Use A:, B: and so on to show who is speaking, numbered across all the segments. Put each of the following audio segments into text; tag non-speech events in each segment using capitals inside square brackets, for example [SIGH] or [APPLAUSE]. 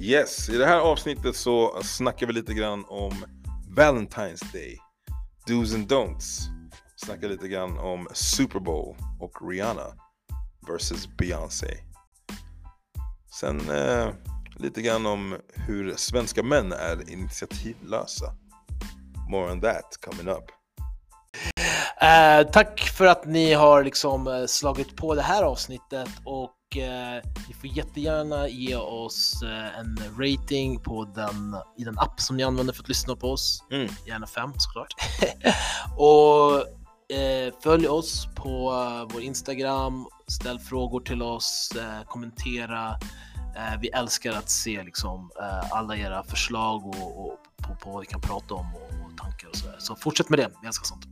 A: Yes, i det här avsnittet så snackar vi lite grann om Valentine's Day, Do's and Don'ts. Snackar lite grann om Super Bowl och Rihanna versus Beyoncé. Sen eh, lite grann om hur svenska män är initiativlösa. More on that coming up.
B: Eh, tack för att ni har liksom eh, slagit på det här avsnittet och eh, ni får jättegärna ge oss eh, en rating på den, i den app som ni använder för att lyssna på oss.
A: Mm.
B: Gärna fem såklart. [LAUGHS] och eh, följ oss på eh, vår Instagram, ställ frågor till oss, eh, kommentera. Eh, vi älskar att se liksom, eh, alla era förslag och, och på, på vad vi kan prata om och, och tankar och sådär. Så fortsätt med det, vi älskar sånt.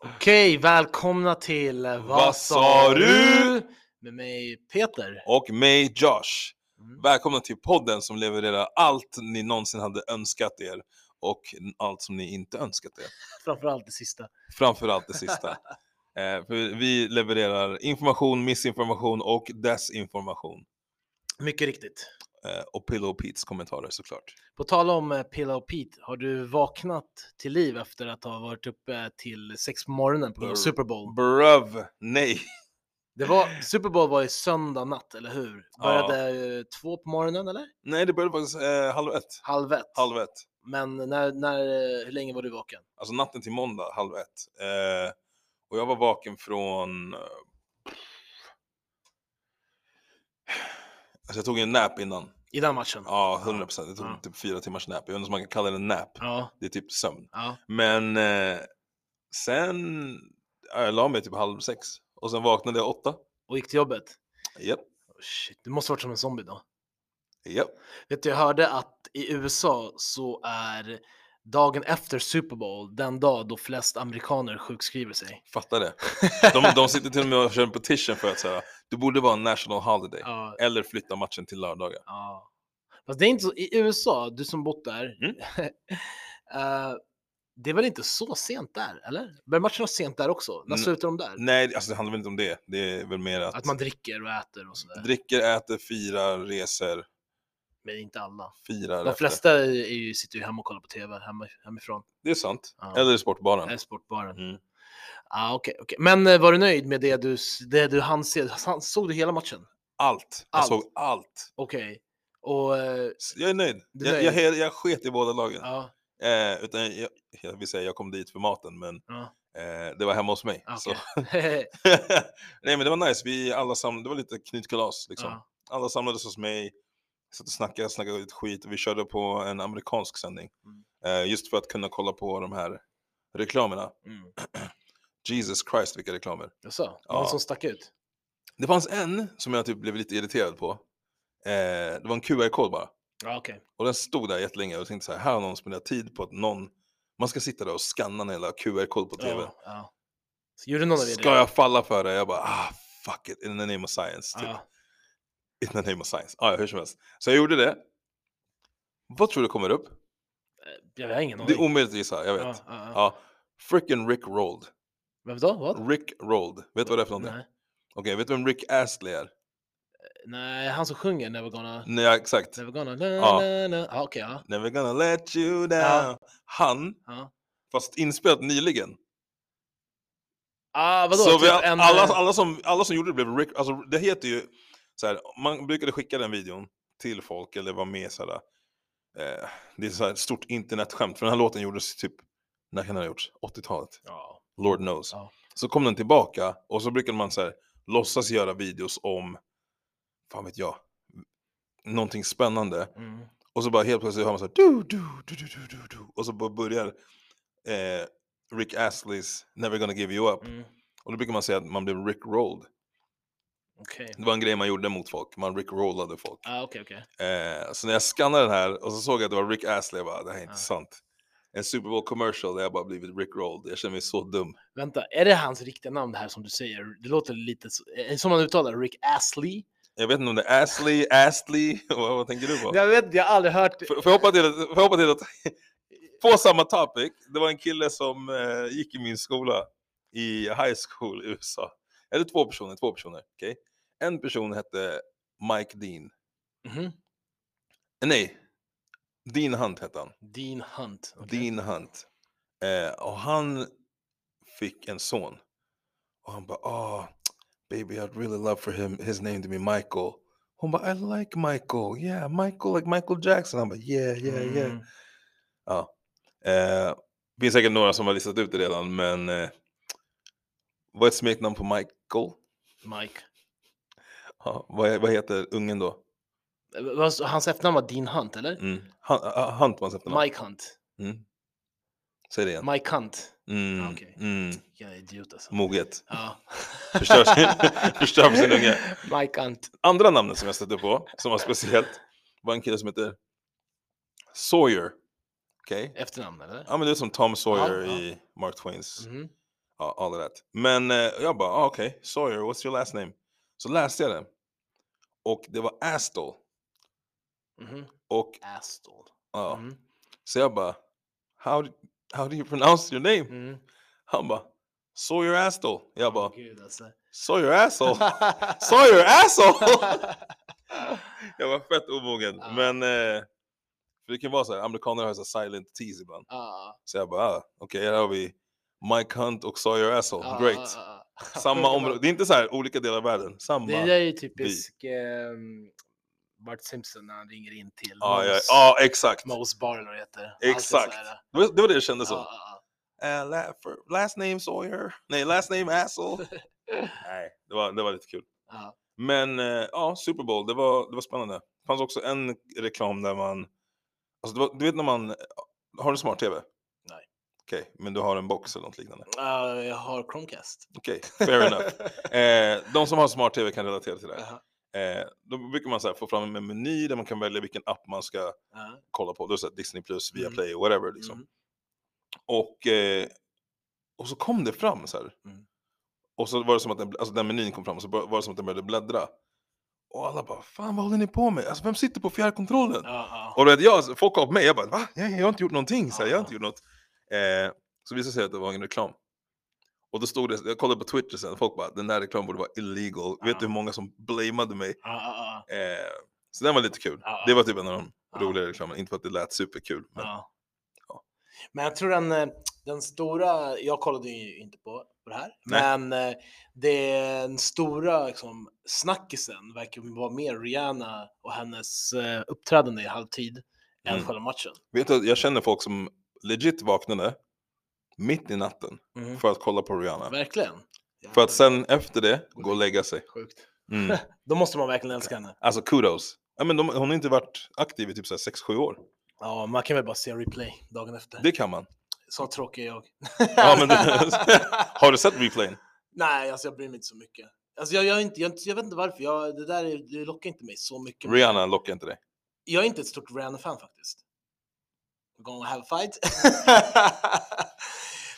B: Okej, välkomna till eh,
A: Vad sa du?
B: Med mig Peter.
A: Och mig Josh.
B: Mm.
A: Välkomna till podden som levererar allt ni någonsin hade önskat er och allt som ni inte önskat er.
B: Framförallt det sista.
A: Framförallt det sista. eh, för vi levererar information, missinformation och desinformation.
B: Mycket riktigt.
A: Eh, och Pillow Pete's kommentarer såklart.
B: På tal om eh, Pilla och Pete, har du vaknat till liv efter att ha varit uppe till sex på morgonen på grund av
A: Brr.
B: Super Bowl?
A: Bröv, nej.
B: Det var, Super Bowl var ju söndag natt, eller hur? Började eh, två på morgonen, eller?
A: Nej, det började faktiskt eh, halv ett.
B: Halv ett.
A: Halv ett.
B: Men när, när, eh, hur länge var du vaken?
A: Alltså natten till måndag, halv ett. Eh, och jag var vaken från... eh, Alltså jag tog en nap innan.
B: I den matchen?
A: Ja, 100 procent. Jag tog
B: Ja.
A: typ fyra timmars nap. Jag undrar om man kan kalla det en nap.
B: Ja.
A: Det är typ sömn.
B: ja.
A: Men eh, sen... Ja, jag la mig typ halv sex. Och sen vaknade jag åtta.
B: Och gick till jobbet?
A: Japp,
B: Oh, shit, du måste varit som en zombie då.
A: japp.
B: Vet du, jag hörde att i USA så är dagen efter Super Bowl den dag då flest amerikaner sjukskriver sig.
A: Fattar
B: [LAUGHS]
A: det. De, de sitter till och med och kör en petition för att säga det borde vara en national holiday.
B: Ja,
A: Eller flytta matchen till lördagar.
B: ja. Fast det är inte så, i USA, du som bott där,
A: Mm.
B: [LAUGHS] eh, det är väl inte så sent där, eller? Börjar matcherna sent där också? När
A: Mm.
B: slutar de där?
A: Nej, alltså det handlar väl inte om det. Det är väl mer att,
B: Att man dricker och äter och sådär.
A: dricker, äter, firar, reser,
B: Men inte alla.
A: firar
B: De
A: efter.
B: flesta är ju, sitter ju hemma och kollar på TV hemma, hemifrån.
A: Det är sant.
B: Ja.
A: Eller i sportbaren.
B: Eller sportbaren.
A: Mm.
B: Ah, okay, okay. Men eh, var du nöjd med det du, s- det du hann se? Han- Såg du hela matchen?
A: Allt. Jag
B: Allt.
A: såg allt.
B: Okej. Och eh,
A: Så Jag är nöjd.
B: Du är
A: Jag,
B: nöjd?
A: jag, jag, jag sket i båda lagen.
B: ja,
A: Eh, utan jag, jag vill säga, jag kom dit för maten, men
B: ja.
A: eh, det var hemma hos mig. Så.
B: ah, okej.
A: [LAUGHS]
B: [LAUGHS]
A: Nej, men det var nice. Vi alla sam... Det var lite knytkalas. Liksom.
B: ja.
A: Alla samlades hos mig, satt och snackade, snackade lite skit. Vi körde på en amerikansk sändning.
B: Mm.
A: Eh, just för att kunna kolla på de här reklamerna.
B: Mm.
A: Jesus Christ, vilka reklamer.
B: Jaså, någon
A: Ja.
B: som stack ut?
A: Det fanns en som jag typ blev lite irriterad på. Eh, det var en QR-kod bara.
B: Ja, okej.
A: Och den stod där jättelänge och jag tänkte så här, här har någon spenderat tid på att någon, man ska sitta där och scanna en jävla QR-kod på TV.
B: Ja, ja. Så gjorde någon av er
A: Ska
B: det?
A: jag falla för det? Jag bara, ah, fuck it, in the name of science. Typ.
B: Ja.
A: In the name of science. Ah, ja, hur som helst. Så jag gjorde det. Vad tror du kommer upp?
B: Jag har ingen
A: Det
B: aning.
A: är omöjligt att gissa, jag vet.
B: Ja,
A: Ja.
B: ja, ja.
A: Frickin' Rick Rolled.
B: Vem då? Vad?
A: Rick Rolled. Vet du vad det är för någonting?
B: Nej.
A: Okej, vet du vem Rick Astley är?
B: Nej, han som sjunger Never gonna...
A: Nej, ja, exakt.
B: Never gonna... Na,
A: Ja.
B: na, na. Ja, okej, ja.
A: Never gonna let you down.
B: Ja.
A: Han,
B: ja.
A: fast inspelat nyligen.
B: Ah, vadå?
A: så vi,
B: Typ en,
A: alla,
B: eh,
A: alla, som, alla som gjorde det blev Rick, alltså det heter ju, så här, man brukade skicka den videon till folk eller vara med så här, eh, det är så här ett stort internetskämt, för den här låten gjordes typ, när kan den ha gjorts? 80-talet?
B: Ja.
A: Lord knows.
B: Ja.
A: Så kom den tillbaka och så brukade man så här, låtsas göra videos om, fan vet jag, någonting spännande.
B: Mm.
A: Och så bara helt plötsligt hör man så här, du, du, du, du, du, du, du. och så bara börjar eh, Rick Astleys Never gonna give you up.
B: Mm.
A: Och då brukar man säga att man blev rickrolled.
B: Okej.
A: Det var en grej man gjorde mot folk, man rickrollade folk.
B: Ah, okej, okej.
A: Eh, så när jag skannade den här och så såg jag att det var Rick Astley, jag bara, det här är
B: Ja.
A: inte sant. en Super Bowl commercial där jag bara blivit rickrolled. Jag känner mig så dum.
B: Vänta, är det hans riktiga namn det här som du säger? Det låter lite så- är det som man uttalar Rick Astley.
A: Jag vet inte om det är Astley, Astley, [LAUGHS] vad, vad tänker du på?
B: Jag vet, jag har aldrig hört.
A: Får får jag hoppa till, får jag hoppa till att, på samma topic, det var en kille som eh, gick i min skola i high school i USA. Eller två personer, två personer, okej? En person hette Mike Dean.
B: Mhm.
A: Eh, Nej, Dean Hunt hette han.
B: Dean Hunt. okej.
A: Dean Hunt. Eh, och han fick en son. Och han bara, oh, baby I'd really love for him, his name to be Michael. Hon bara, I like Michael, yeah, Michael, like Michael Jackson. Han bara, yeah, yeah, yeah.
B: Mm.
A: Ja. Eh, finns säkert några som har listat ut det redan, men eh, vad är ett smeknamn på Michael?
B: Mike.
A: Ja, vad, är- vad heter ungen då?
B: Eh, vad sa- Hans efternamn var Dean Hunt, eller?
A: Mm. Han, ah, Hunt var hans efternamn.
B: Mike Hunt.
A: Säg det igen.
B: Mike Hunt.
A: Mm.
B: okej.
A: Mm.
B: Vilken idiot alltså.
A: Moget.
B: Ja.
A: [LAUGHS] Förstör
B: [LAUGHS]
A: sin- förstör för sin unge.
B: Mike Hunt.
A: Andra namnet som jag stötte på, som var speciellt, var en kille som heter Sawyer. Okej?
B: Efternamn, eller?
A: Ja, men det är som Tom Sawyer
B: ja.
A: i Mark Twains
B: Mhm.
A: Ja, all of that. Men eh, jag bara, ah, okej, Sawyer, what's your last name? Så läste jag den. Och det var Astle.
B: Mhm.
A: Och,
B: Aston.
A: ja.
B: Mhm.
A: Så jag bara, how, d- how do you pronounce your name?
B: Mm.
A: Han bara, Sawyer Astle. Jag bara,
B: Gud alltså.
A: Sawyer
B: [LAUGHS]
A: Astle? Sawyer Astle! [LAUGHS] jag var fett omogen.
B: Ja.
A: Men, eh, för det kan vara så här, amerikaner har så här silent teas ibland.
B: Ja,
A: Så jag bara, ah, okej, här har vi Mike Hunt och Sawyer Astle.
B: ja,
A: Great.
B: [LAUGHS] ja, ja.
A: Samma område, det är inte så här olika delar av världen. Samma.
B: Det där är ju typisk ehm, Bart Simpson när han ringer in till
A: Ja, ja,
B: Mose-
A: ja, exakt.
B: Mose Barlow eller vad det heter.
A: Exakt.
B: Alltid så här,
A: Det var- det var det det kändes som.
B: ja, ja,
A: Eh, la- för- last name Sawyer. Nej, last name
B: [LAUGHS]
A: Asshole. Nej, det var, det var lite kul.
B: ja.
A: Men eh, ja, Super Bowl, det var, det var spännande. Det fanns också en reklam där man... Alltså, det var, du vet när man... Har du smart-tv?
B: Nej.
A: Okej, men du har en box eller något liknande.
B: Ja, jag har Chromecast.
A: Okej, fair
B: [LAUGHS]
A: enough. Eh, de som har smart-tv kan relatera till det. här.
B: Jaha,
A: Eh, då brukar man så här, få fram en meny där man kan välja vilken app man ska
B: ja,
A: kolla på. Då är det så här, Disney+, Plus,
B: Mm.
A: Viaplay, whatever. Liksom.
B: mm.
A: Och, eh, och så kom det fram så här.
B: Mm.
A: Och så var det som att den, alltså den menyn kom fram och så var var det som att den började bläddra. Och alla bara, fan vad håller ni på med? Alltså vem sitter på fjärrkontrollen?
B: Ja, ja.
A: Och då vet jag, alltså, folk gav upp mig, jag bara, va? Jag, jag har inte gjort någonting, så här, jag har
B: Ja.
A: inte gjort något. Eh, så visade det sig att det var en reklam. Och då stod det, jag kollade på Twitter sen, folk bara, den där reklamen borde vara illegal. Vet
B: Ja.
A: du hur många som blamade mig?
B: Ja, ja, ja,
A: Eh, så den var lite kul.
B: Ja.
A: Det var typ en av de
B: Ja.
A: roligare reklamerna, inte för att det lät superkul. Men,
B: ja.
A: Ja.
B: Men jag tror den, eh, den stora, jag kollade ju inte på, på det här,
A: Nej.
B: men eh, den stora liksom, snackisen verkar vara mer Rihanna och hennes eh, uppträdande i halvtid
A: Mm.
B: än själva matchen.
A: Vet du, jag känner folk som legit vaknade mitt i natten
B: Mm.
A: för att kolla på Rihanna.
B: Verkligen.
A: För att sen efter det
B: Gå
A: gå och lägga sig.
B: Sjukt.
A: Mm.
B: Då måste man verkligen älska henne.
A: [LAUGHS] Alltså kudos. Ja, men de, hon har inte varit aktiv i typ 6-7 år.
B: Ja, man kan väl bara se replay dagen efter.
A: Det kan man.
B: [LAUGHS] Så tråkig är jag.
A: Ja,
B: [LAUGHS]
A: men, har du sett replayen?
B: Nej, alltså jag bryr mig inte så mycket. Alltså jag, jag, är inte, jag, är inte- jag vet inte varför, jag, det där är, det lockar inte mig så mycket.
A: Rihanna lockar inte dig.
B: Jag är inte ett stort Rihanna-fan faktiskt. We're gonna have a fight. [LAUGHS]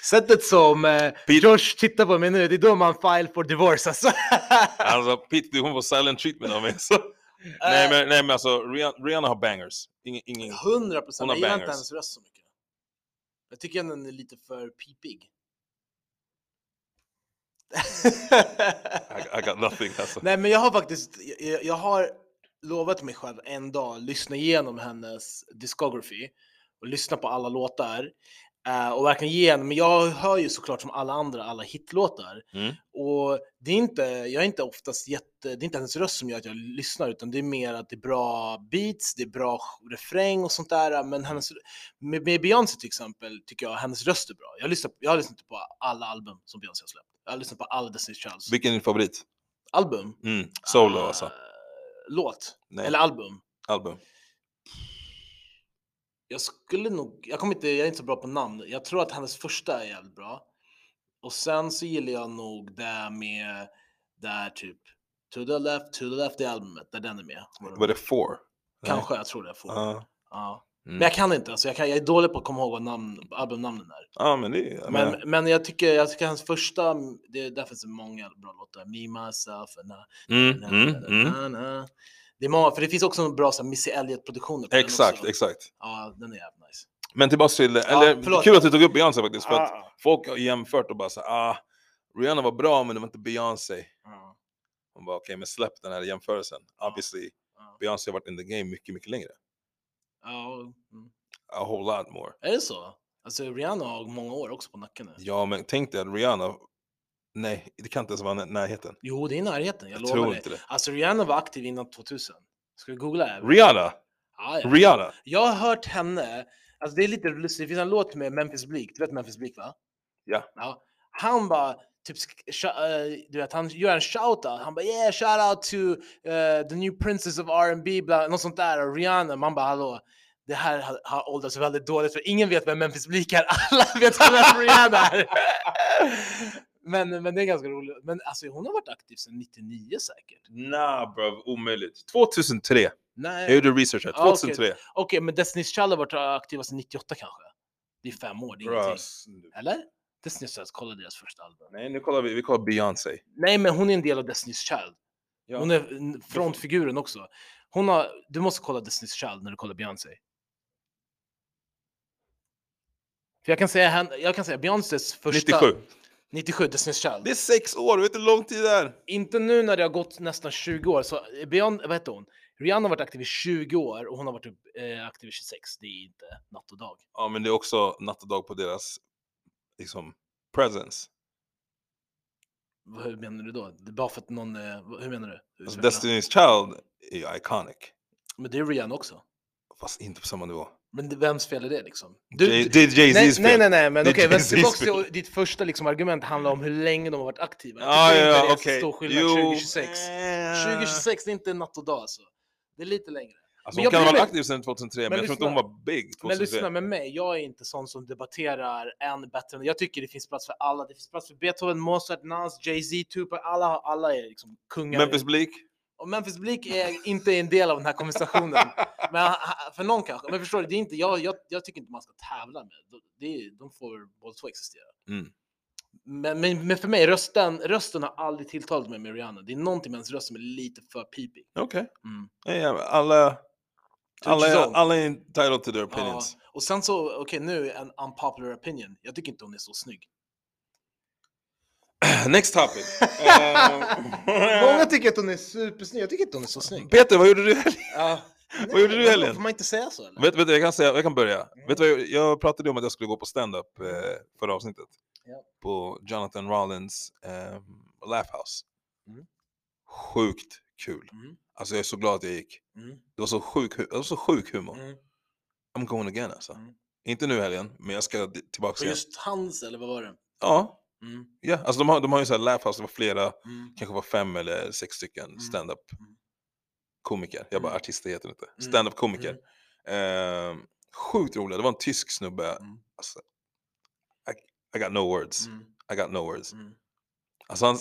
B: Sättet som eh, Josh tittar på mig nu, det är då man file for divorce alltså. [LAUGHS]
A: Alltså Pete, du kommer få silent treatment av mig. Så. nej, men, nej men alltså Rihanna, Rihanna har bangers. Ingen, ingen...
B: 100 procent,
A: Hon har
B: jag gillar inte
A: bangers.
B: hennes röst så mycket. Jag tycker den är lite för pipig.
A: I, I got nothing alltså.
B: Nej, men jag har faktiskt, jag, jag har lovat mig själv en dag att lyssna igenom hennes discography och lyssna på alla låtar eh, och verkligen ge en, men jag hör ju såklart som alla andra alla hitlåtar
A: Mm.
B: och det är inte, jag är inte oftast jätte, det är inte hennes röst som gör att jag lyssnar utan det är mer att det är bra beats, det är bra refräng och sånt där men hennes, med, med Beyoncé till exempel tycker jag hennes röst är bra. Jag, lyssnar, jag har lyssnat på alla album som Beyoncé har släppt. Jag har lyssnat på alla Destiny's Childs
A: Vilken är din favorit?
B: album.
A: Mm. Solo
B: Ah,
A: alltså.
B: Låt,
A: Nej,
B: eller album.
A: album.
B: Jag skulle nog, jag kommer inte, jag är inte så bra på namn. Jag tror att hennes första är jävligt bra. Och sen så gillar jag nog det med, där typ, To the left, to the left i albumet, där den är med.
A: Var det four?
B: Kanske, jag tror det. Får.
A: Ja.
B: Ja.
A: Mm.
B: Men jag kan inte, alltså jag, kan, jag är dålig på att komma ihåg vad namn, albumnamnen är.
A: Mm. Ja, men det är...
B: Men, men jag, tycker, jag tycker hans första, det, där finns det många bra låtar. Me, myself, and I.
A: mm,
B: Na,
A: mm,
B: na,
A: mm.
B: na, na. Det är många, för det finns också en bra så här, Missy Elliott-produktioner. på den
A: Exakt,
B: också.
A: exakt.
B: Ja, den är jävligt nice.
A: Men tillbaka till, eller
B: förlåt.
A: kul att du tog upp Beyoncé faktiskt, för att
B: Ah.
A: folk har jämfört och bara så här, ah, Rihanna var bra men det var inte Beyoncé.
B: Ja,
A: Hon bara okej, men släpp den här jämförelsen. Obviously,
B: ja.
A: Beyoncé har varit in the game mycket, mycket längre.
B: Ja, mm.
A: A whole lot more.
B: Är det så? Alltså Rihanna har många år också på nacken nu.
A: Ja, men tänk dig att Rihanna, nej, det kan inte ens vara i närheten.
B: Jo, det är i närheten, jag,
A: Jag,
B: lovar
A: tror
B: dig.
A: inte det.
B: Alltså Rihanna var aktiv innan 2000. Ska vi googla? här?
A: Rihanna!
B: Ja, ja.
A: Rihanna!
B: Jag har hört henne, alltså det är lite lustigt, det finns en låt med Memphis Bleak, du vet Memphis Bleak va?
A: Ja.
B: Han bara, typ, sk- sha- eh, du vet, han gör en shout-out, han bara yeah, shout-out to eh, the new princess of R&B, bla, något sånt där, och Rihanna, man bara hallå. Det här har- har åldrats väldigt dåligt för ingen vet vem Memphis Bleak är, [LAUGHS] alla vet vem Rihanna är! men, men det är ganska roligt. Men alltså hon har varit aktiv sedan 99 säkert.
A: Nah bro, omöjligt. 2003, jag
B: Nej,
A: gjorde research här,
B: Ah, okej.
A: 2003.
B: Okej, men Destiny's Child har varit aktiva sedan 98 kanske? Det är fem år, det är
A: Bra,
B: ingenting.
A: snu-
B: Eller? Destiny's Child, kolla deras första album.
A: Nej, nu kollar vi, vi kollar Beyoncé.
B: Nej, men hon är en del av Destiny's Child.
A: Ja.
B: Hon är n- frontfiguren också. Hon har, du måste kolla Destiny's Child när du kollar Beyoncé. För jag kan säga, hen- jag kan säga Beyoncés första...
A: 97.
B: 97, Destiny's Child.
A: Det är sex år, vet du hur lång tid det är?
B: Inte nu när det har gått nästan 20 år. Så Beyond, vad heter hon? Rihanna har varit aktiv i 20 år och hon har varit eh, aktiv i 26. Det är inte natt och dag.
A: Ja, men det är också natt och dag på deras liksom, presence.
B: Vad- Hur menar du då? Det är bara för att någon... eh, vad- Hur menar du?
A: Alltså,
B: Utveckla.
A: Destiny's Child är ju iconic,
B: Men det är Rihanna också.
A: fast inte på samma nivå.
B: Men det- vems fel är det liksom? Du,
A: J-
B: du-
A: Det är
B: nej,
A: Jay-Z's fel.
B: nej, nej, nej, men
A: Det är
B: okej, men
A: Jay-Z's
B: tillbaka
A: fel.
B: till ditt första liksom, argument handlar om hur länge de har varit aktiva. Jag
A: Ja,
B: tycker
A: ja,
B: inte det
A: ja,
B: är så
A: okej.
B: stor skillnad
A: Jo,
B: 2026.
A: eh.
B: 2026 det är inte natt och dag alltså. Det är lite längre.
A: Alltså, hon
B: Men jag
A: kan ha
B: bryr
A: varit
B: mig.
A: aktiv sedan 2003, men,
B: Men
A: jag tror inte hon
B: lyssna.
A: var big 2003.
B: Men lyssna med mig, jag är inte sån som debatterar en bättre än Jag tycker det finns plats för alla. Det finns plats för Beethoven, Mozart, Nas, Jay-Z, Tupac. Alla, har- alla är liksom kungar.
A: Memphis Bleak?
B: Och Memphis Bleak är inte en del av den
A: [LAUGHS]
B: här konversationen. Men ha- ha- för någon kanske. Men förstår du, det är inte, jag, jag, jag tycker inte man ska tävla med. De- Det är, de får båda två existera.
A: Mm.
B: Men, men, men för mig, rösten, rösten har aldrig tilltalat mig med Rihanna. Det är någonting med hennes röst som är lite för pipig.
A: Okej.
B: Mm.
A: Ja, ja, Alla, alla,
B: his own.
A: alla är entitled to their opinions.
B: Ja. Och sen så, okej nu en unpopular opinion. Jag tycker inte hon är så snygg.
A: [LAUGHS] Next topic.
B: [LAUGHS]
A: Eh,
B: Många
A: uh,
B: tycker att hon är supersnygg, jag tycker inte hon är
A: [LAUGHS]
B: så snygg.
A: Peter, vad gjorde du i helgen? Vad gjorde du i
B: men
A: helgen?
B: Får man inte säga så eller?
A: Vet, vet, du, jag, kan säga, jag kan börja.
B: Mm.
A: Vet du vad jag, jag pratade om att jag skulle gå på stand-up eh, förra avsnittet.
B: Ja.
A: På Jonathan Rollins eh, Laugh House.
B: Mm.
A: Sjukt kul.
B: Mm.
A: Alltså jag är så glad att jag gick.
B: Mm.
A: Det var så sjuk, hu- det var så sjuk humor.
B: Mm.
A: I'm going again alltså.
B: Mm.
A: Inte nu i helgen, men jag ska di- tillbaka
B: För
A: igen.
B: just hans eller vad var det?
A: Ja,
B: Mm.
A: ja. Alltså, de, har, de har ju så här Laugh House, det var flera,
B: Mm.
A: kanske var fem eller sex stycken stand-up
B: Mm.
A: komiker. Jag bara
B: Mm.
A: artister heter det inte.
B: Mm.
A: Stand-up komiker. Ehm, sjukt roliga, det var en tysk snubbe.
B: Mm.
A: Alltså, I, I got no words.
B: Mm.
A: I got no words.
B: Mm.
A: Alltså han...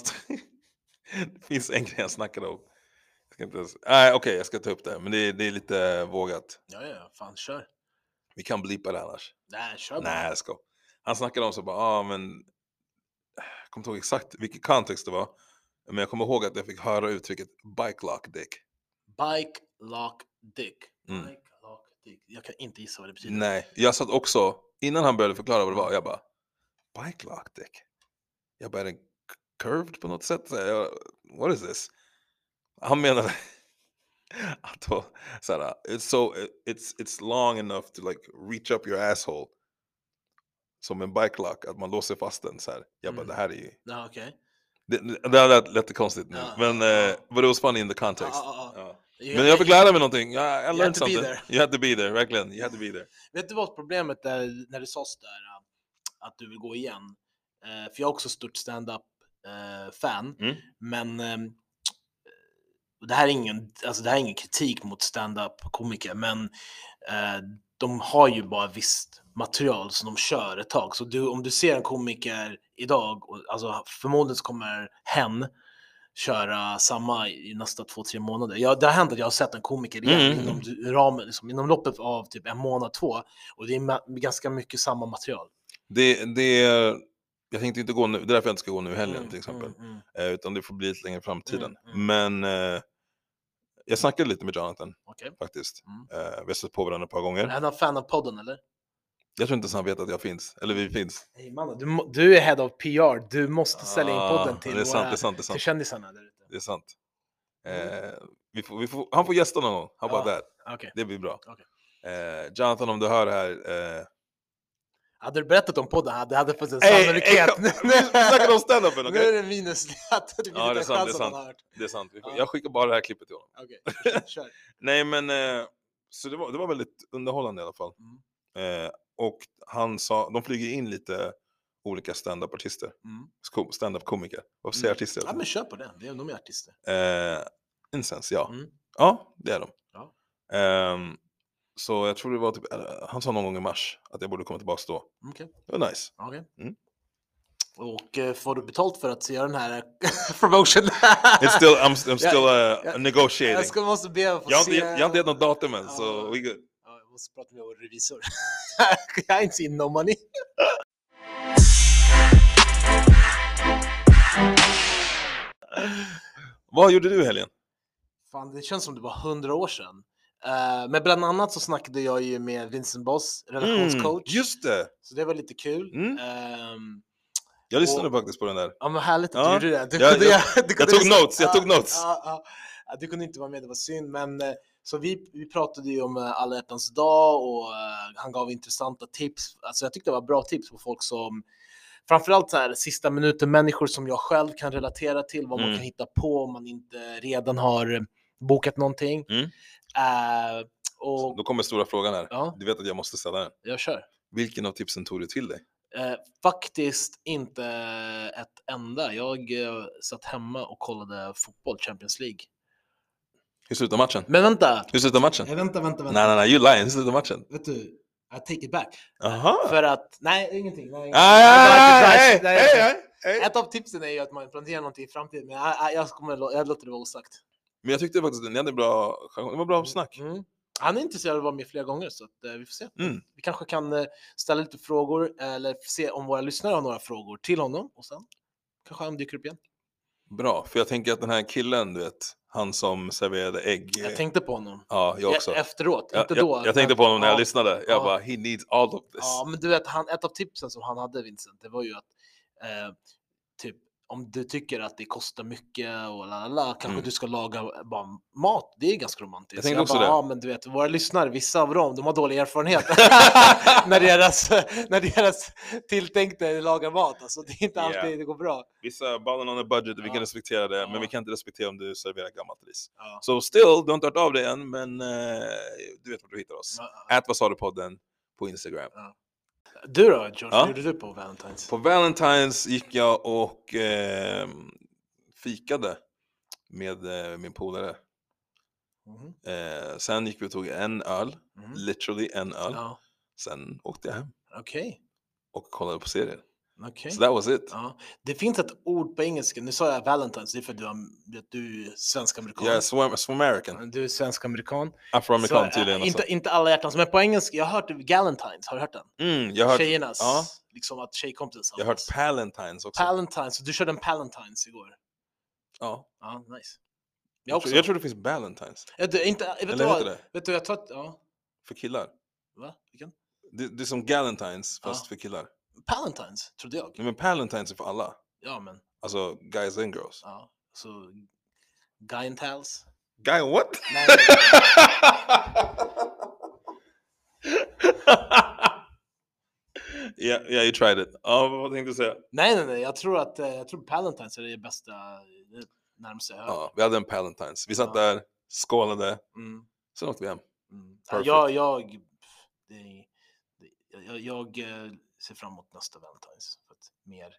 A: [LAUGHS] det finns en grej han snackade om. Jag ska inte ens... Nej, okej, jag ska ta upp det. Men det är, det är lite vågat.
B: Ja, ja, fan kör.
A: Vi kan blipa det annars.
B: Nej, kör bara.
A: Nej, jag ska. Han snackade om så bara, ah, men... Jag kommer inte ihåg exakt vilken kontext det var. Men jag kommer ihåg att jag fick höra uttrycket bike lock dick.
B: Bike, lock, dick.
A: Mm.
B: Bike, lock, dick. Jag kan inte gissa vad det betyder.
A: Nej, jag satt också, innan han började förklara vad det var, jag bara, bike lock dick? Jag bara, är den c- curved på något sätt? Så Jag, What is this? Han menade [LAUGHS] att då, så här, it's, so, it's, it's long enough to like reach up your asshole. Som en bike lock, att man låser fast den så här. Jag bara,
B: Mm.
A: det här är ju...
B: Ja, okej.
A: Det, det här lät lite konstigt nu,
B: Ja,
A: men
B: ja.
A: uh, but it was funny in the
B: Ja,
A: context.
B: ja, ja.
A: Ja.
B: Jag-
A: Men jag fick lära mig någonting, I, I
B: had
A: learned
B: to be
A: something.
B: there.
A: You had to be there, verkligen. You had to be there.
B: Vet du vad problemet är när det sades där äh, att du vill gå igen? Eh, För jag är också stort stand-up eh, fan,
A: Mm.
B: men ehm, och det här är ingen, alltså det här är ingen kritik mot stand-up komiker, men eh, de har ju bara visst material som de kör ett tag. Så du, om du ser en komiker idag, och, alltså förmodligen så kommer hen köra samma i nästa två, tre månader. Ja, det har hänt att jag har sett en komiker igen
A: Mm.
B: inom ramen, liksom, inom loppet av typ en månad, två, och det är ma- ganska mycket samma material.
A: Det, det är, jag tänkte inte gå nu, det är därför jag inte ska gå nu i helgen
B: Mm,
A: till exempel.
B: mm, mm.
A: Eh, utan det får bli lite längre i framtiden.
B: Mm,
A: Men eh, jag snackade lite med Jonathan
B: Okej.
A: faktiskt.
B: Mm.
A: Eh, vi har stött på varandra ett par
B: Är det
A: gånger.
B: här någon fan av podden eller?
A: Jag tror inte ens han vet att jag finns, eller vi finns.
B: Nej mannen, du, må- du är head of PR, du måste sälja in
A: Ah,
B: podden till,
A: det är sant, det
B: våra,
A: är sant, det är
B: till
A: sant.
B: kändisarna där ute.
A: Det är sant.
B: Mm.
A: Eh, vi får, vi får, han får gästa någon gång, how about
B: Ja.
A: that?
B: Ah, Okej.
A: Det blir bra.
B: Okej.
A: Eh, Jonathan om du hör det här,
B: [LAUGHS]
A: eh,
B: Hade du berättat om podden hade det hade funnits en
A: Ey,
B: sannolikhet.
A: ey, vi snackade
B: [LAUGHS]
A: om standupen,
B: Nu
A: okej?
B: är det minus. [LAUGHS]
A: Ja, det är sant, det är sant. Det är sant, vi får, jag skickar bara det här klippet till honom.
B: Okej,
A: [LAUGHS]
B: kör, kör.
A: Nej men, eh, så det var, det var väldigt underhållande i alla fall.
B: Mm.
A: Eh, och han sa, de flyger in lite olika standup-artister,
B: Mm.
A: sko- standup-komiker. Varför säger
B: Mm.
A: jag artister?
B: Ja, men kör på den, Det är- de är artister.
A: Eh, Incense, ja.
B: Mm.
A: Ja, det är de.
B: Ja.
A: Ehm, så jag tror det var typ, eh, han sa någon gång i mars att jag borde komma tillbaka då.
B: Mm, Okej.
A: Det var nice.
B: okej.
A: Mm.
B: Och eh, får du betalt för att göra den här [LAUGHS] promotionen? [LAUGHS]
A: It's still, I'm, I'm still uh,
B: jag-
A: negotiating.
B: jag
A: Jag,
B: ska, måste be att få
A: har
B: se...
A: inte, jag har inte gett något datum än,
B: Ja.
A: så we good.
B: Ja, jag måste prata med vår revisor. [LAUGHS] jag är inte så in no money.
A: Vad gjorde du i helgen?
B: Fan, det känns som det var hundra år sedan. Eh, men bland annat så snackade jag ju med Vincent Boss, relationscoach.
A: Mm, just det!
B: Så det var lite kul.
A: Mm.
B: Ehm,
A: Jag lyssnade
B: Och-
A: faktiskt på den där.
B: ja men härligt att
A: Ja,
B: du gjorde det. Du
A: jag-
B: kunde,
A: jag-
B: du kunde
A: tog
B: lyssna-
A: notes, jag tog
B: Ja,
A: notes.
B: ja, ja. Ja, du kunde inte vara med, det var synd. Men, eh, så vi, vi pratade ju om eh, alla hjärtans dag och eh, han gav intressanta tips. Alltså jag tyckte det var bra tips på folk som Framförallt så här, sista minuten människor som jag själv kan relatera till, vad man
A: Mm.
B: kan hitta på om man inte redan har bokat någonting.
A: Mm.
B: Eh, och
A: Då kommer stora frågan här.
B: ja,
A: Du vet att jag måste ställa den.
B: jag kör.
A: Vilken av tipsen tog du till dig?
B: Eh, faktiskt inte ett enda. Jag eh, satt hemma och kollade fotboll, Champions League.
A: Hur slutade matchen?
B: Men vänta!
A: Hur slutade matchen?
B: Eh, vänta, vänta,
A: Nej,
B: vänta.
A: nej, nej, you lying. Hur slutade matchen?
B: Vet du, I take it back.
A: Aha!
B: För att, nej, ingenting. Nej, ingenting.
A: Ah, ja, ja, ja,
B: Nej,
A: hej,
B: nej,
A: hej,
B: nej.
A: hej, hej.
B: Ett av tipsen är ju att man planerar någonting i framtiden, men jag, jag- jag, kommer, lå- jag låter det vara osagt.
A: Men jag tyckte faktiskt att ni hade bra, det var bra snack.
B: Mm. Han är intresserad av att vara med flera gånger, så att, eh, vi får se.
A: Mm.
B: Vi kanske kan eh, ställa lite frågor, eller se om våra lyssnare har några frågor till honom, och sen kanske han dyker upp igen.
A: Bra, för jag tänker att den här killen, du vet, han som serverade ägg. eh,
B: Jag tänkte på honom.
A: Ja, jag
B: E-
A: också.
B: Efteråt,
A: Jag,
B: inte då.
A: jag, jag tänkte på honom när jag
B: ja,
A: lyssnade.
B: ja.
A: Jag bara, he needs all of this.
B: Ja, men du vet, han, ett av tipsen som han hade Vincent, det var ju att eh, typ om du tycker att det kostar mycket och la la la, kanske
A: Mm.
B: du ska laga eh, bara mat. Det är ganska romantiskt.
A: Jag tänkte
B: bara,
A: också det.
B: Ja, men du vet, våra lyssnare, vissa av dem, de har
A: [LAUGHS]
B: dålig erfarenhet [LAUGHS] när, deras, när deras tilltänkte lagar mat. Alltså, det är inte
A: Yeah.
B: alltid det går bra.
A: Vissa ballen on a budget, vi
B: Ja.
A: kan respektera det,
B: Ja.
A: men vi kan inte respektera om du serverar gammalt ris.
B: Ja.
A: Så still, du har inte hört av dig än, men eh, du vet var du hittar oss. Ät vad sa du-podden på Instagram.
B: Du då, George,
A: Ja.
B: vad gjorde du på Valentine's?
A: På Valentine's gick jag och eh, fikade med eh, min polare.
B: Mhm,
A: Eh, sen gick vi och tog en öl,
B: mhm.
A: literally en öl.
B: Ja,
A: Sen åkte jag hem
B: Okej,
A: och kollade på serier.
B: okej.
A: Så that was it.
B: Ja, det finns ett ord på engelska, nu sa jag Valentine's, det är för att du, har- att du är svensk-amerikan.
A: Jag är swam- swamerican,
B: Du är svensk-amerikan.
A: afroamerikan
B: Så,
A: tydligen. alltså.
B: äh,
A: Också.
B: inte, inte alla hjärtans, men på engelska, jag har hört Galentine's, har du hört den?
A: Mm, jag har hört,
B: Tjejernas,
A: ja.
B: liksom att tjejkompisar
A: jag har hört palentines också.
B: Palentines, du körde en Palentines igår.
A: ja.
B: Ja, nice. Jag
A: jag,
B: också.
A: tror, jag tror det finns balentines.
B: Jag tror... inte, vet, du
A: Eller heter
B: vad,
A: det?
B: vet du, jag tror att, ja,
A: För killar.
B: va? Vilken?
A: Det, det är som galentines fast
B: Ja.
A: för killar.
B: Palentines, trodde jag.
A: Nej, men palentines är för alla.
B: Ja, men,
A: Alltså guys and girls.
B: ja, så... Guy and Tals.
A: Guy what? [LAUGHS]
B: Nej,
A: [LAUGHS] yeah, yeah, you tried it. Ja, vad tänkte du säga?
B: nej, nej, nej, jag tror att, eh, jag tror Palentines är det bästa, det närmaste jag hör.
A: Ja, vi hade en Palentines. Vi satt
B: Ja.
A: där, skålade,
B: Mm.
A: sen åkte vi hem.
B: Mm. Ja,
A: Perfect.
B: Jag, jag, det, det, jag, jag eh, ser fram emot nästa Valentine's. För att mer,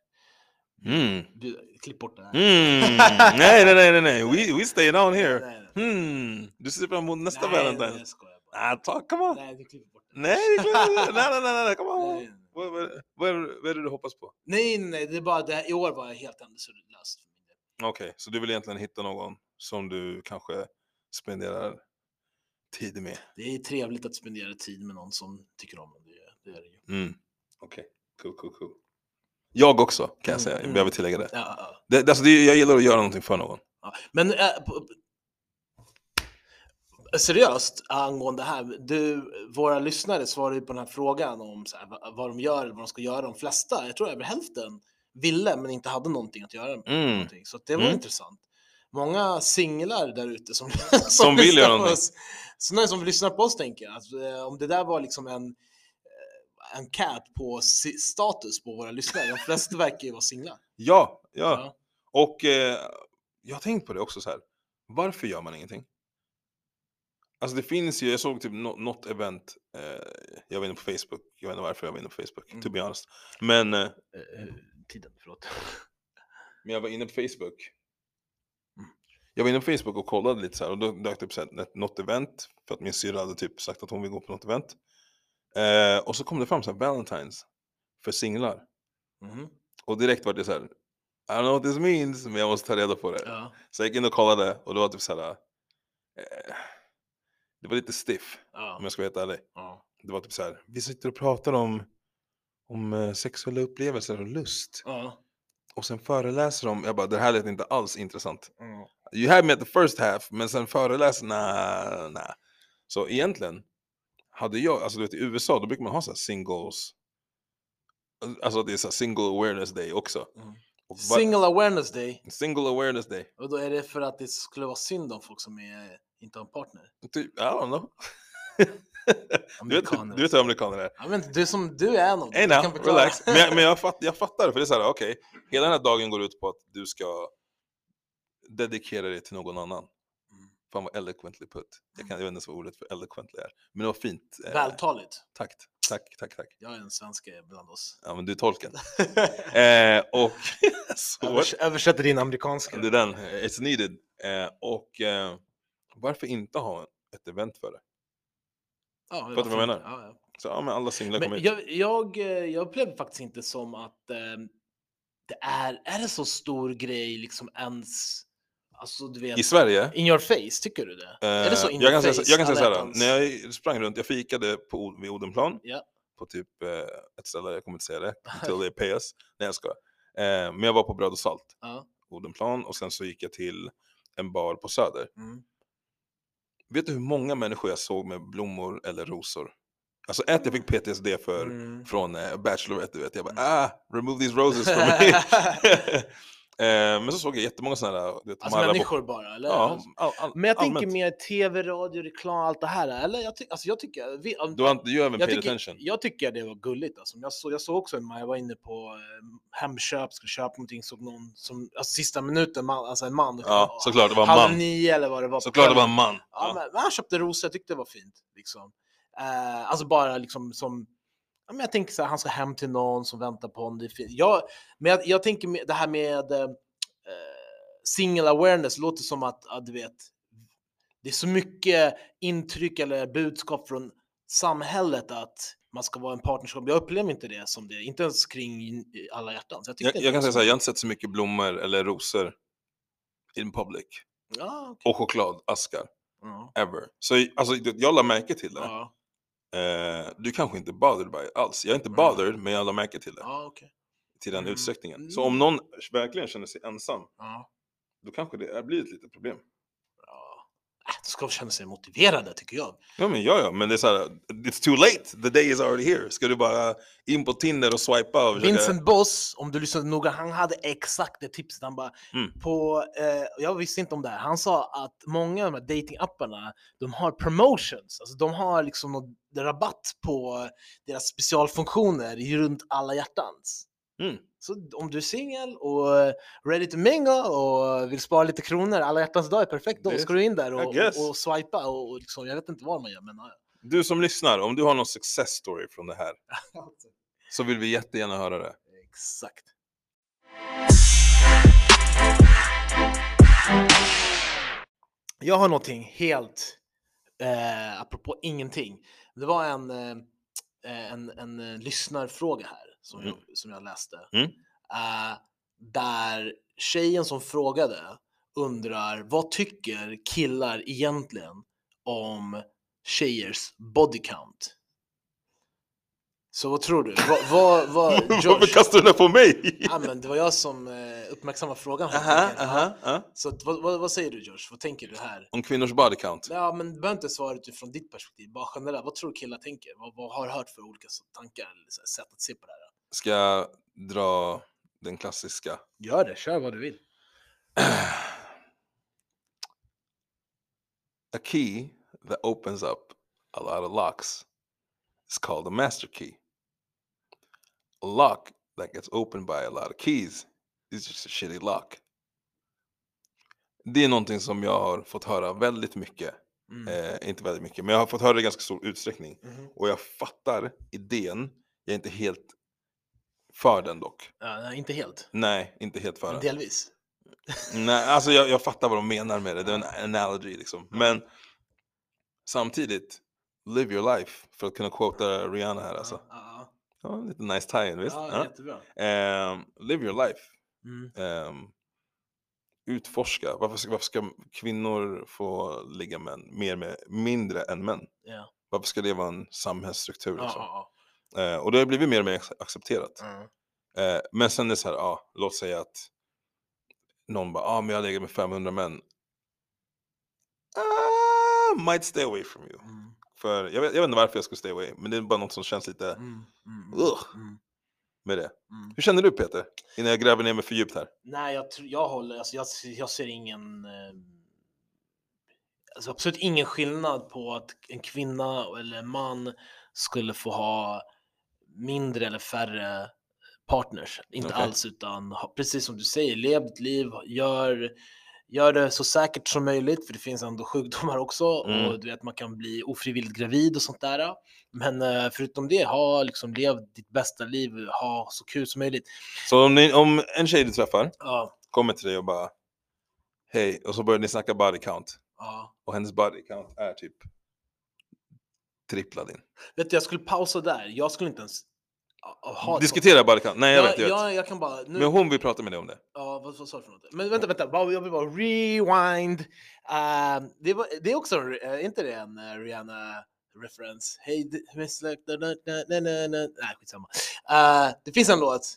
A: Mm.
B: du, klipp bort det här.
A: Mm. Nej, nej, nej, nej, nej. We, we stayed on
B: Nej,
A: here.
B: nej, nej.
A: Hmm. Du ser fram emot nästa
B: nej,
A: Valentine's?
B: Nej,
A: Nej,
B: jag skojar bara.
A: ah, talk, come on. Nej,
B: Nej, du klipper bort det.
A: nej, det är
B: [LAUGHS]
A: klart. nej, nej, nej, nej, come
B: Nej,
A: on.
B: nej, nej.
A: Vad, vad, vad, är, det- vad är det du hoppas på?
B: nej, nej, det är bara det här, i år var jag helt händelselös.
A: Okej, så du vill egentligen hitta någon som du kanske spenderar tid med?
B: Det är trevligt att spendera tid med någon som tycker om en. Det, det är det ju.
A: Mm. Okej, cool, cool, cool. Jag också kan jag
B: Mm,
A: säga, jag
B: mm.
A: behöver tillägga det.
B: Ja, ja, ja.
A: det, det, alltså, det jag gillar att göra någonting för någon.
B: Ja, Men eh, på- på- seriöst angående det här, du, våra lyssnare svarar ju på den här frågan om så här, va- vad de gör eller vad de ska göra. De flesta, jag tror över hälften, ville men inte hade någonting att göra med
A: Mm.
B: någonting. Så att det var
A: Mm.
B: intressant. Många singlar där ute som, [LAUGHS]
A: Som vill
B: lyssnar
A: göra
B: på
A: någonting.
B: oss- Så nej, som lyssnar på oss tänker att eh, om det där var liksom en eh, en cap på si- status på våra lyssnare. De flesta verkar ju vara singlar.
A: Ja, ja.
B: Ja.
A: Och eh, jag har tänkt på det också så här. Varför gör man ingenting? Alltså det finns ju, jag såg typ nå- något event, eh, jag var inne på Facebook, jag vet inte varför jag var inne på Facebook, to
B: Mm.
A: be honest. Men, eh,
B: Eh, eh, Tiden, förlåt.
A: men jag var inne på Facebook. Jag var inne på Facebook och kollade lite så här och då dök det upp så här, ett- något event, för att min syrra hade typ sagt att hon vill gå på något event. Eh, och så kom det fram så här, Valentine's för singlar.
B: Mhm.
A: Och direkt var det så här, I don't know what this means, men jag måste ta reda på det.
B: Ja.
A: Så jag gick in och kollade och det var typ såhär... Eh, det var lite stiff
B: Ja.
A: om jag ska vara helt ärlig.
B: Ja.
A: Det var typ såhär, vi sitter och pratar om, om eh, sexuella upplevelser och lust.
B: Ja.
A: Och sen föreläser de, jag bara det här lät inte alls intressant.
B: Ja.
A: You had me at the first half, men sen föreläser, nah, nah. Så egentligen, hade jag, alltså du vet i USA då brukar man ha såhär singles. Alltså det är såhär single awareness day också.
B: Mm.
A: Och va-
B: Single awareness day.
A: single awareness day.
B: Och då är det för att det skulle vara synd om folk som är, inte har en partner.
A: Typ, I don't know. Du vet,
B: Amerikaner.
A: du vet hur amerikaner är.
B: ja, men du, som, du är en av
A: Hey
B: dem. Du
A: now,
B: kan förklara. [LAUGHS]
A: relax. Men, jag, men jag, fatt, jag fattar, för det är så här, okej, hela den här dagen går ut på att du ska dedikera dig till någon annan.
B: Mm.
A: Fan vad eloquently put. Jag, kan, jag vet inte ens vad ordet för eloquently är. Men det var fint. Eh,
B: Vältaligt.
A: tack, tack, tack, tack.
B: Jag är en svensk bland oss.
A: Ja, men du är
B: [LAUGHS]
A: tolken. [LAUGHS] eh, och så,
B: Övers- översätter din amerikanska.
A: det är den, eh, it's needed. Eh, och eh, varför inte ha ett event för det?
B: Ja,
A: Fattar du vad jag
B: varför
A: menar?
B: inte? Ja, ja.
A: Så ja, men alla singlar kommer
B: Men
A: hit.
B: jag, jag, eh, jag upplevde faktiskt inte som att ehm, det är, är det så stor grej liksom ens, alltså du vet,
A: I Sverige
B: in your face, tycker du det? är det så
A: Eh,
B: in
A: jag, kan
B: your
A: säga,
B: face?
A: så- jag kan säga
B: alla
A: så här,
B: hjärtans-
A: när jag sprang runt, jag fikade på, O- vid Odenplan,
B: Ja.
A: på typ eh, ett ställe, jag kommer inte
B: [LAUGHS]
A: säga det, till they pay us. Nej jag skojar. Eh, men jag var på Bröd och Salt,
B: Ja.
A: Odenplan, och sen så gick jag till en bar på Söder.
B: Mm.
A: Vet du hur många människor jag såg med blommor eller rosor? Alltså ett, jag fick PTSD för,
B: Mm.
A: från eh, Bachelorette, du vet. Jag bara
B: Mm.
A: ah, remove these roses from
B: [LAUGHS]
A: me. [LAUGHS] eh, men så såg jag jättemånga sådana här, du vet,
B: Alltså
A: Marabou-
B: människor bara, eller? Alltså,
A: Ja, all, all,
B: Men jag tänker
A: allmänt.
B: mer tv, radio, reklam, allt det här. Eller? Jag, ty- alltså, jag tycker... Vi, om-
A: Du har inte, you haven't
B: jag,
A: paid
B: tycker,
A: attention.
B: jag tycker det var gulligt. Alltså. Jag, såg, jag såg också en, jag var inne på eh, Hemköp, skulle köpa någonting, såg någon som, alltså, sista minuten, man, alltså en man.
A: Ja, såklart, det var en
B: halv
A: man.
B: nio eller vad det var. på
A: Såklart det var
B: kvällen.
A: en man.
B: Ja, men, men han köpte rosor, jag tyckte det var fint. Liksom. Eh, alltså bara liksom som, ja, men jag tänker så här, han ska hem till någon som väntar på honom. Det är fint. Jag, men jag, jag tänker med- det här med eh, eh, single awareness låter som att, ja, du vet, det är så mycket intryck eller budskap från samhället att man ska vara en partnerskap. Jag upplever inte det som det, inte ens kring eh, alla hjärtan. Så jag, tyckte
A: Jag, jag kan säga så här, jag har inte sett så mycket blommor eller rosor in public.
B: Ja, okej.
A: Och chokladaskar,
B: ja,
A: ever. Så i- alltså, du- jag la märke till det.
B: ja,
A: Eh, du kanske inte bothered by it alls. Jag är inte
B: Mm.
A: bothered, men jag la märke till det.
B: ja, okej.
A: Till den
B: Mm.
A: utsträckningen.
B: Mm.
A: Så om någon verkligen känner sig ensam,
B: ja,
A: då kanske det är- blir ett litet problem.
B: ja. Äh, de ska känna sig motiverade tycker jag.
A: Ja, men ja, ja, men det är så här, it's too late, the day is already here. Ska du bara in på Tinder och swipa och försöka...
B: Vincent Boss, om du lyssnade noga, han hade exakt det tipset. Han bara,
A: Mm.
B: på, eh, jag visste inte om det här. Han sa att många av de här datingapparna, de har promotions. Alltså de har liksom något rabatt på deras specialfunktioner runt alla hjärtans.
A: Mm.
B: Så om du är singel och eh, ready to mingle och vill spara lite kronor, alla hjärtans dag är perfekt. Då
A: Det-
B: ska du in där och,
A: guess.
B: och, och swipa och, och liksom, jag vet inte vad man gör. Men, ja.
A: Du som lyssnar, om du har någon success story från det här, [LAUGHS] så vill vi jättegärna höra det.
B: Exakt. Jag har någonting helt, eh, apropå ingenting. Det var en, eh, en, en eh, lyssnarfråga här som, jag, som jag läste.
A: Mm.
B: Eh, där tjejen som frågade undrar vad tycker killar egentligen om tjejers body count? Så vad tror du? Vad,
A: [LAUGHS]
B: vad, vad,
A: Varför
B: Josh,
A: kastar du den här på [LAUGHS]
B: [LAUGHS]
A: mig?
B: ja, men det var jag som eh, uppmärksammade frågan. helt
A: Aha,
B: enkelt.
A: aha, aha.
B: Så att, vad, vad, vad säger du Josh? Vad tänker du här?
A: Om kvinnors body count?
B: Ja, men du behöver inte svara utifrån ditt perspektiv, bara generellt. Vad tror du killar tänker? Vad, vad har du hört för olika så- tankar eller så här sätt att se på det här?
A: Ska jag dra den klassiska?
B: Gör det, kör vad du vill.
A: [CLEARS THROAT] A key that opens up a lot of locks is called a master key. A lock that gets opened by a lot of keys is just a shitty lock. Det är någonting som jag har fått höra väldigt mycket.
B: Mm.
A: Eh, inte väldigt mycket, men jag har fått höra det i ganska stor utsträckning.
B: Mhm.
A: Och jag fattar idén. Jag är inte helt för den dock.
B: Ja, nej, inte helt,
A: Nej, inte helt för
B: men
A: den.
B: delvis.
A: Nej, alltså jag, jag fattar vad de menar med det. Det är en analogy liksom. Men samtidigt, live your life. För att kunna quota Rihanna här alltså.
B: Ja,
A: Ja, lite nice tie-in,
B: ja,
A: visst?
B: ja,
A: Ja.
B: jättebra.
A: Ehm, live your life.
B: Mm.
A: Ehm, utforska. Varför ska, varför ska kvinnor få ligga män, mer med, mindre än män?
B: Ja.
A: Varför ska det vara en samhällsstruktur?
B: Ja,
A: Liksom?
B: ja,
A: Eh, och det har blivit mer och mer ac- accepterat.
B: ja. Mm.
A: Eh, men sen är det så här, ja, låt säga att någon bara, ah, men jag har legat med 500 män. Ah, might stay away from you.
B: Mm.
A: För jag vet, jag vet inte varför jag skulle stay away, men det är bara något som känns lite
B: Mm. Mm.
A: Ugh.
B: Mm.
A: med det.
B: Mm.
A: Hur känner du Peter? Innan jag gräver ner mig för djupt här.
B: Nej, jag, tror- jag håller, alltså jag, ser- jag ser ingen, eh, alltså absolut ingen skillnad på att en kvinna eller en man skulle få ha mindre eller färre partners. Inte
A: Okej.
B: alls, utan ha- precis som du säger, lev ditt liv, gör, gör det så säkert som möjligt, för det finns ändå sjukdomar också
A: Mm.
B: och du vet, man kan bli ofrivilligt gravid och sånt där. Men eh, förutom det, ha liksom, lev ditt bästa liv, ha så kul som möjligt.
A: Så om, ni, om en tjej du träffar
B: Ja,
A: kommer till dig och bara, hej, och så börjar ni snacka body count.
B: ja.
A: Och hennes body count är typ trippla din.
B: Vet du, jag skulle pausa där. Jag skulle inte ens ja, ha ett
A: Diskutera body count. Nej, jag
B: sånt.
A: vet, jag vet.
B: Jag, jag kan bara... Nu,
A: Men hon vill prata med dig om det.
B: ja, vad, vad sa du för något? Men vänta, vänta. bara- Jag vill bara rewind. Ehm, det, var, det är också, en- eh, inte det en eh, Rihanna reference? Hey, d- miss like... da- da- da- da- da- da- Nej, skitsamma. Eh, det finns en låt.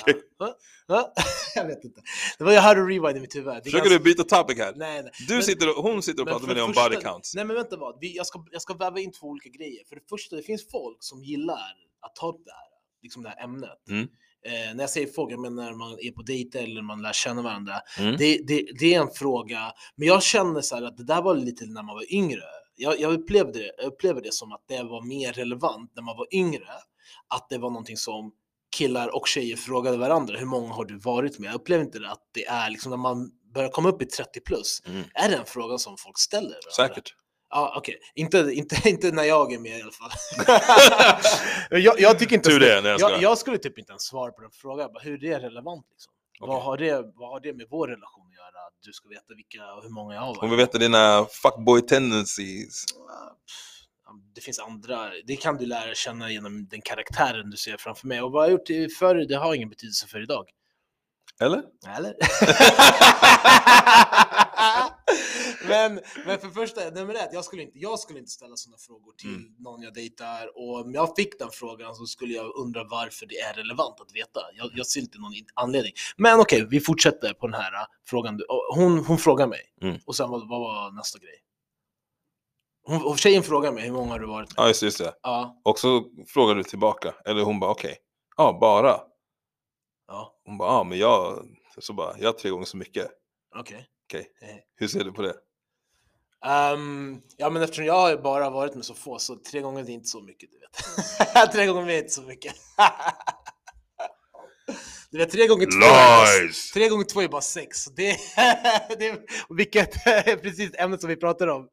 A: Okej.
B: Va? Va? [LAUGHS] jag vet inte. Det var jag hörde rewind i mitt huvud. Det är
A: Försöker du
B: ganska-
A: byta topic här?
B: Nej, nej.
A: Du
B: Men-
A: sitter och, hon sitter och
B: men
A: pratar
B: för
A: med dig om
B: första-
A: body counts.
B: Nej men vänta vad, vi, jag, ska, jag ska väva in två olika grejer. För det första, det finns folk som gillar att ta upp det här, liksom det här ämnet.
A: Mm.
B: Eh, när jag säger folk, jag menar när man är på dejter eller man lär känna varandra.
A: Mm.
B: Det, det, det är en fråga, men jag känner så här att det där var lite när man var yngre. Jag, jag, upplevde det, jag upplever det som att det var mer relevant när man var yngre. Att det var någonting som killar och tjejer frågade varandra, hur många har du varit med? Jag upplever inte det att det är liksom när man börjar komma upp i 30 plus,
A: Mm.
B: är det en fråga som folk ställer? varandra?
A: Säkert.
B: Ja, okej. Inte, inte, [LAUGHS] inte när jag är med i alla fall. [LAUGHS] jag, jag tycker inte...
A: Tur det, nej, jag skojar.
B: jag, jag skulle typ inte ens svara på den frågan. Jag Bara, hur är det relevant? Liksom? Vad,
A: Okej.
B: har det, vad har det med vår relation att göra? Att Du ska veta vilka och hur många jag har
A: Hon
B: varit
A: vill veta dina fuckboy tendencies.
B: det finns andra, det kan du lära känna genom den karaktären du ser framför mig. Och vad jag har gjort förr, det har ingen betydelse för idag.
A: Eller?
B: Eller? [LAUGHS]
A: [LAUGHS]
B: men, men för första, nummer ett, jag skulle inte, jag skulle inte ställa sådana frågor till
A: Mm.
B: någon jag dejtar och om jag fick den frågan så skulle jag undra varför det är relevant att veta. Jag, jag ser inte någon in- anledning. Men okej, vi fortsätter på den här ä, frågan. du- och Hon, hon frågar mig
A: Mm.
B: och sen vad, vad var nästa grej? Hon, och tjejen frågar mig hur många har du varit med?
A: Ja, just det, just det.
B: Ja,
A: Och så frågar du tillbaka. Eller hon bara, okej. Ja, bara.
B: ja,
A: Hon bara, ja, men jag... Så bara, jag har tre gånger så mycket.
B: okej.
A: Okej.
B: Eh.
A: Hur ser du på det?
B: Ehm, ja men eftersom jag har ju bara varit med så få så tre gånger det är inte så mycket du vet. [LAUGHS] tre gånger är inte så mycket. [LAUGHS] du vet tre gånger två är bara, tre gånger två är bara sex. Så det, [LAUGHS] det är vilket [LAUGHS] är precis ämnet som vi pratar om.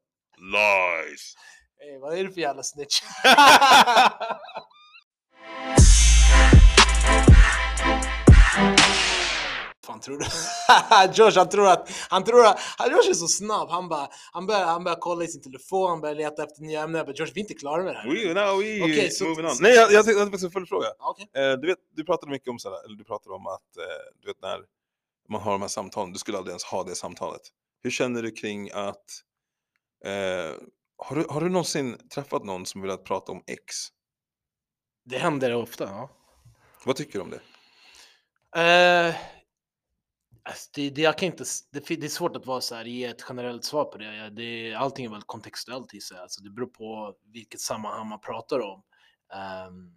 A: Lies!
B: Hey, vad är det för jävla snitch? [LAUGHS] fan tror du? [LAUGHS] Josh han tror att, han tror att, han, Josh är så snabb. Han bara, han börjar, han börjar kolla i sin telefon, han börjar leta efter nya ämnen. Jag bara, Josh vi är inte klara med det här.
A: We, now we
B: Okej, så-
A: moving on.
B: så-
A: Nej, jag, jag tänkte jag hade faktiskt en följdfråga.
B: Ja, okej.
A: Eh, du, vet, du pratade mycket om, så här, eller du pratade om att eh, du vet när man har de här samtalen. Du skulle aldrig ens ha det samtalet. Hur känner du kring att... Eh, har, du, har du någonsin träffat någon som velat prata om X?
B: Det händer ofta, ja.
A: Vad tycker du om det?
B: Eh, alltså det, det, jag kan inte, s- det, fin- det är svårt att vara så här, ge ett generellt svar på det. det. Allting är väl kontextuellt i sig, alltså det beror på vilket sammanhang man pratar om. Ehm,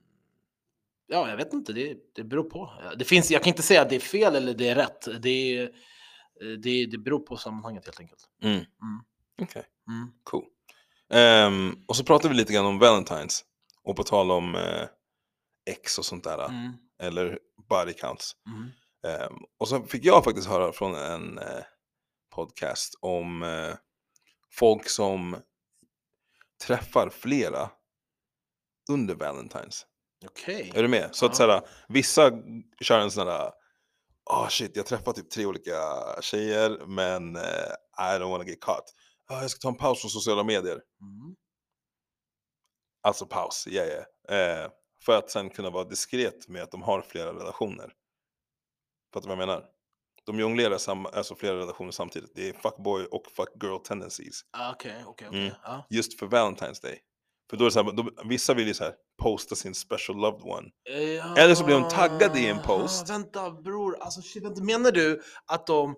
B: ja, jag vet inte, det, det beror på. Det finns, jag kan inte säga att det är fel eller det är rätt. Det, är- det, det beror på sammanhanget helt enkelt.
A: Okej,
B: Mm.
A: cool. Ehm, och så pratar vi lite grann om Valentines. Och på tal om eh, X och sånt där.
B: Mm.
A: Eller body counts.
B: Mm.
A: Ehm, och så fick jag faktiskt höra från en eh, podcast om eh, folk som träffar flera under Valentine's.
B: Okej.
A: Är du med? Så att
B: Ja.
A: såhär, vissa kör en sån här, ah shit, jag träffar typ tre olika tjejer men eh, I don't wanna get caught. Ah, jag ska ta en paus från sociala medier.
B: Mm.
A: Alltså paus, ja ja. Eh, för att sen kunna vara diskret med att de har flera relationer. Fattar du vad jag menar? De jonglerar sam- alltså flera relationer samtidigt. Det är fuckboy och fuckgirl tendencies.
B: Ah, Okej, okej,
A: Mm.
B: okej. Ja.
A: Just för Valentine's Day. För då är det så här, då, vissa vill ju så här posta sin special loved one.
B: Ja.
A: Eller så blir de taggade i en post.
B: Eh, ah, Vänta bror, alltså shit, vänta. menar du att de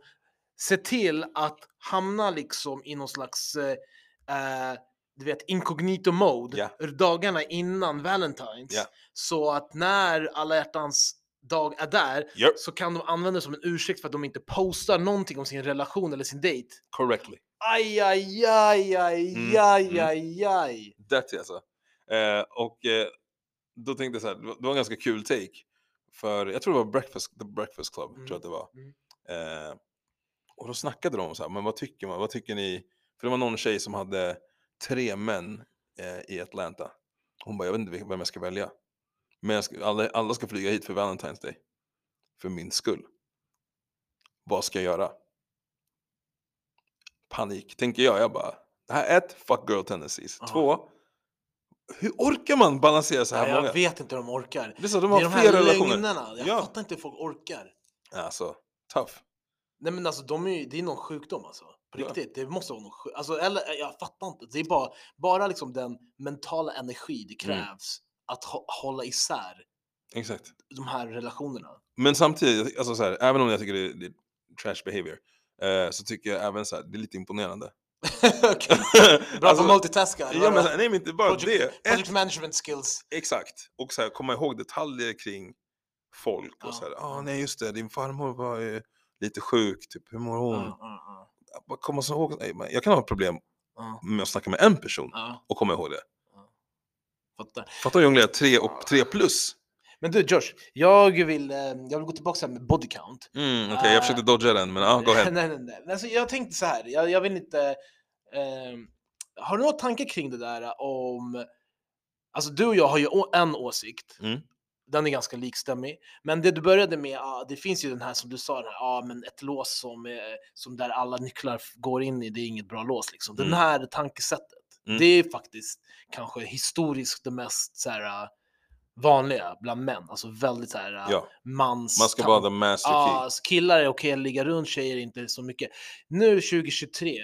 B: ser till att hamna liksom i någon slags, eh, eh, du vet, incognito mode
A: Ja.
B: dagarna innan Valentine's?
A: Ja.
B: Så att när alla hjärtans dag är där
A: Yep,
B: så kan de använda det som en ursäkt för att de inte postar någonting om sin relation eller sin dejt.
A: correctly.
B: Aj, aj, aj, aj,
A: Mm,
B: aj,
A: mm.
B: aj, aj.
A: Dirty alltså. Eh, och eh, då tänkte jag så här, det var- det var en ganska kul take. För jag tror det var Breakfast, The Breakfast Club, tror jag att det var.
B: Mm.
A: Eh, och då snackade de om så här, men vad tycker man, vad tycker ni? För det var någon tjej som hade tre män eh, i Atlanta. Hon bara, jag vet inte vil- vem jag ska välja. Men jag ska, alla, alla ska flyga hit för Valentine's Day. För min skull. Vad ska jag göra? Panik, tänker jag. Jag bara, det här är ett, fuck girl tendencies.
B: Ja.
A: Två, hur orkar man balansera så här
B: Ja,
A: många?
B: jag vet inte hur de orkar.
A: Det är så, de
B: Det
A: har
B: är de här
A: flera relationer.
B: lögnarna. Jag
A: Ja.
B: fattar inte hur folk orkar.
A: Alltså, tough.
B: Nej men alltså de är ju, det är någon sjukdom alltså. På
A: Ja.
B: riktigt, det måste vara någon sjukdom. Alltså, eller eh, jag fattar inte. Det är bara, bara liksom den mentala energi det
A: Mm.
B: krävs att hå- hålla isär
A: Exakt.
B: de här relationerna.
A: Men samtidigt, alltså så här, även om jag tycker det är, det är trash behavior, eh, så tycker jag även så här, det är lite imponerande.
B: [LAUGHS]
A: Alltså,
B: Okej,
A: [LAUGHS]
B: Bra på multitaska.
A: ja, men, så här, nej, men inte bara
B: project,
A: det. Ett,
B: project management skills.
A: exakt. Och så här, komma ihåg detaljer kring folk. Och
B: Ja.
A: så här, ah, nej just det, din farmor var eh, lite sjuk, typ, hur mår hon?
B: Ja, ja, ja,
A: Bara komma så ihåg, nej, men jag kan ha problem
B: ja,
A: med att snacka med en person
B: ja,
A: och komma ihåg det.
B: fattar.
A: Fattar du jonglera tre och tre plus?
B: Men du Josh, jag vill, eh, jag vill gå tillbaka med body count.
A: Mm, Okej, jag försökte
B: Ah.
A: dodga den, men ah, go ahead.
B: [LAUGHS] nej, nej, nej. Men Alltså, jag tänkte så här, jag, jag vill inte... ehm, har du några tankar kring det där eh, om... Alltså du och jag har ju å- en åsikt.
A: Mm.
B: Den är ganska likstämmig. Men det du började med, ah, det finns ju den här som du sa, den här, ah, men ett lås som, eh, som där alla nycklar f- går in i, det är inget bra lås. Liksom. Den
A: Mm.
B: här tankesättet,
A: Mm.
B: det är faktiskt kanske historiskt det mest så här, eh, vanliga bland män. Alltså väldigt så här, eh,
A: [LAUGHS] Ja,
B: mans...
A: man ska
B: tan-
A: vara the master
B: Ja,
A: key.
B: alltså killar är okej att ligga runt, tjejer är inte så mycket. Nu 2023,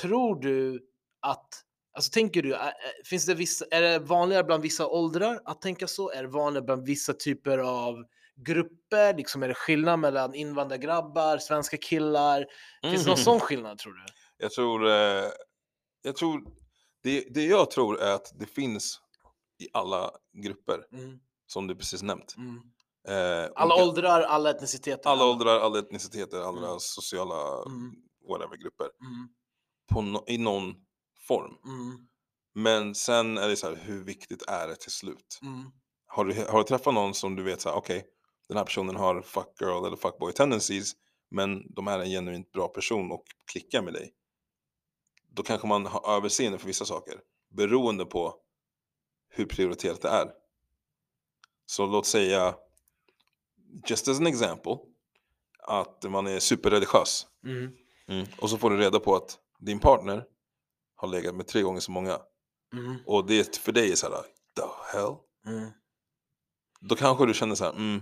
B: tror du att, alltså tänker du, ä- ä- finns det vissa, är det vanligare bland vissa åldrar att tänka så? Är det vanligare bland vissa typer av grupper? Liksom är det skillnad mellan invandrargrabbar, svenska killar? Finns det någon
A: Mhm.
B: sån skillnad tror du?
A: Jag tror, eh, jag tror det, det jag tror är att det finns i alla grupper
B: Mm,
A: som du precis nämnt.
B: mm.
A: Eh,
B: Alla
A: olika-
B: åldrar, alla etniciteter?
A: alla åldrar, alla etniciteter, alla
B: Mm.
A: sociala
B: Mm,
A: whatever grupper
B: mm,
A: på nå- i någon form.
B: mm,
A: Men sen är det så här, hur viktigt är det till slut?
B: mm,
A: Har du, har du träffat någon som du vet så här, okej, den här personen har fuck girl eller fuck boy tendencies, men de är en genuint bra person och klickar med dig. Då kanske man har överseende för vissa saker, beroende på hur prioriterat det är. Så låt säga, just as an example, att man är superreligiös.
B: mm,
A: Och så får du reda på att din partner har legat med tre gånger så många.
B: mm,
A: Och det för dig är så här, the hell?
B: mm.
A: Då kanske du känner så här, mm,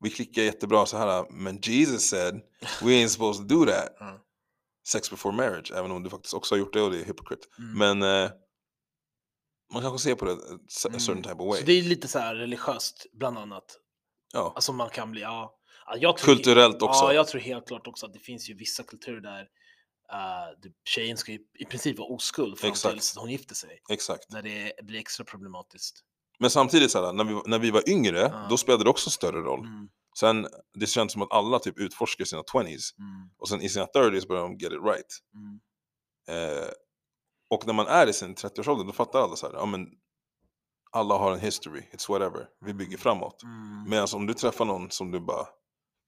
A: vi klickar jättebra så här, men Jesus said we ain't supposed to do that.
B: [LAUGHS] Ja.
A: Sex before marriage, även om du faktiskt också har gjort det och det är hypocrite.
B: Mm.
A: Men eh, man kanske ser på det a s- a
B: Mm.
A: certain type of way.
B: Så det är lite så här religiöst, bland annat.
A: ja.
B: Alltså man kan bli, ja. Ja, jag tror-
A: Kulturellt också.
B: Ja, jag tror helt klart också att det finns ju vissa kulturer där eh, det- tjejen ska i, i princip vara oskuld fram
A: Exakt.
B: tills hon gifter sig.
A: Exakt.
B: Där det blir extra problematiskt.
A: Men samtidigt, så här, när, vi, när vi var yngre,
B: Ja.
A: då spelade det också större roll.
B: Mm,
A: Sen, det känns som att alla typ utforskar sina 20s
B: mm,
A: och sen i sina 30s börjar de get it right.
B: mm.
A: Eh, och när man är i sin 30-årsålder, då fattar alla så här, ja men alla har en history, it's whatever, vi bygger framåt.
B: Mm,
A: Medan om du träffar någon som du bara,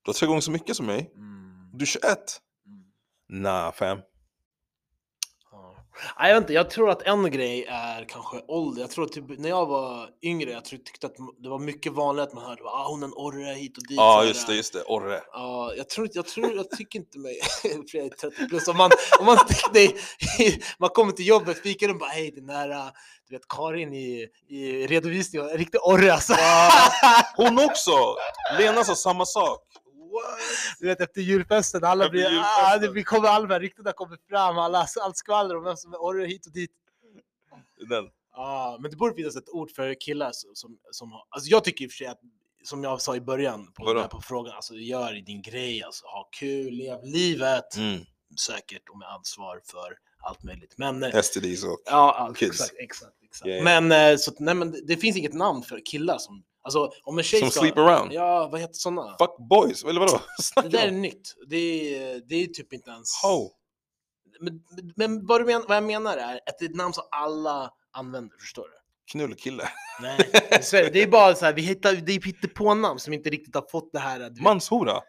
A: du har tre gånger så mycket som mig,
B: mm,
A: du är 21.
B: mm.
A: Nah fam.
B: Ja. Nej, jag, vet inte, jag tror att en grej är kanske ålder. Jag tror att typ, när jag var yngre, jag tror, tyckte att det var mycket vanligt att man hörde ah, hon är en orre hit och dit.
A: Ja
B: så här.
A: just det, just det, orre.
B: Ja, jag tror inte, jag tror, jag tycker inte mig, [LAUGHS] för jag är 30 plus, om man, om man, [LAUGHS] nej, man kommer till jobbet, fikar och bara hej den där, äh, du vet Karin i, i redovisningen, en riktig orre alltså.
A: Hon också! Lena sa samma sak.
B: [LAUGHS] Du vet efter julfesten, alla
A: Efter
B: blir, ah,
A: julfesten.
B: det blir, kommer allmän, ryktena kommer fram, alla, allt skvaller om vem som är orre hit och dit.
A: Den.
B: Ja, men det borde finnas ett ord för killar som, som, som har- alltså jag tycker i och för sig att, som jag sa i början på,
A: Vadå?
B: där på frågan, alltså gör din grej, alltså ha kul, lev livet,
A: Mm.
B: säkert och med ansvar för allt möjligt. Men eh,
A: STDs och...
B: ja, allt,
A: Kids.
B: exakt, exakt. exakt.
A: Ja, ja.
B: Men, eh, så, att- nej, men det- det finns inget namn för killar som, alltså om en tjej
A: Som
B: ska,
A: sleep around.
B: ja, vad heter sådana?
A: Fuck boys, eller vadå? [LAUGHS]
B: Det
A: Snackar
B: där är
A: du om?
B: nytt, det är, det är typ inte ens...
A: Ho.
B: Men, men- men vad, du men, vad jag menar är att det är ett namn som alla använder, förstår du?
A: Knullkille.
B: Nej, i Sverige, det är bara så här, vi hittar, det är hittepånamn som inte riktigt har fått det här. att-
A: Manshora.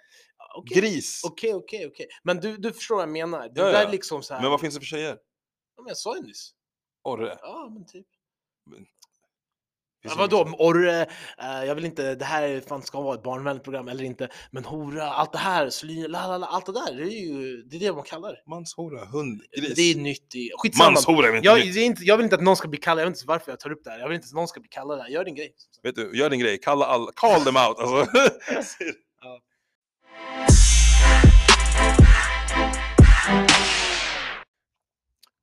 B: Okej,
A: Gris.
B: okej, okej, okej. Men du, du förstår vad jag menar. Det
A: Ja,
B: där
A: ja.
B: är liksom så här.
A: Men vad finns det för tjejer?
B: Ja, men jag sa ju nyss.
A: Orre.
B: Ja, men typ.
A: Finns
B: Ja,
A: det
B: vadå,
A: inget?
B: orre, eh, jag vill inte, det här är- fan ska vara ett barnvänligt program eller inte, men hora, allt det här, sly, la, la, la, allt det där, det är ju, det är det man kallar det.
A: Manshora, hund, gris.
B: Det är nytt i, skitsamma.
A: Manshora är väl inte
B: Jag,
A: nytt?
B: det är inte, jag vill inte att någon ska bli kallad, jag vet inte varför jag tar upp det här, jag vill inte att någon ska bli kallad det här, gör din grej.
A: Vet du, gör din grej. Kalla alla. Call them out. Alltså.
B: [LAUGHS] Ja.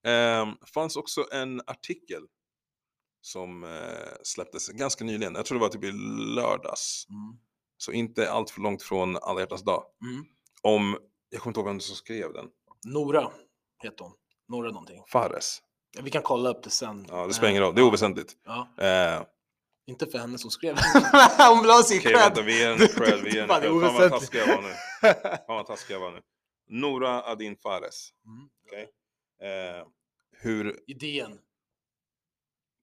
A: Ehm, fanns också en artikel som eh, släpptes ganska nyligen. Jag tror det var typ i lördags.
B: Mm.
A: Så inte allt för långt från alla hjärtans dag.
B: Mm.
A: Om, jag kommer inte ihåg vem som skrev den.
B: Nora heter hon, Nora någonting.
A: Fares.
B: Ja, Vi kan kolla upp det sen. Eh,
A: Ja, det spelar ingen roll. Det är oväsentligt.
B: Ja,
A: Eh,
B: inte för henne
A: [LAUGHS]
B: som skrev. [LAUGHS] Hon vill ha sin
A: Okej,
B: cred.
A: vänta, vi
B: [LAUGHS]
A: är en
B: Du-
A: cred, vi
B: du-
A: är en
B: fan, det är
A: cred. Fan vad
B: oväsentligt.
A: taskiga jag var nu. Fan vad taskiga jag var nu. Nora Adin Fares.
B: Mm.
A: Eh, hur,
B: Idén.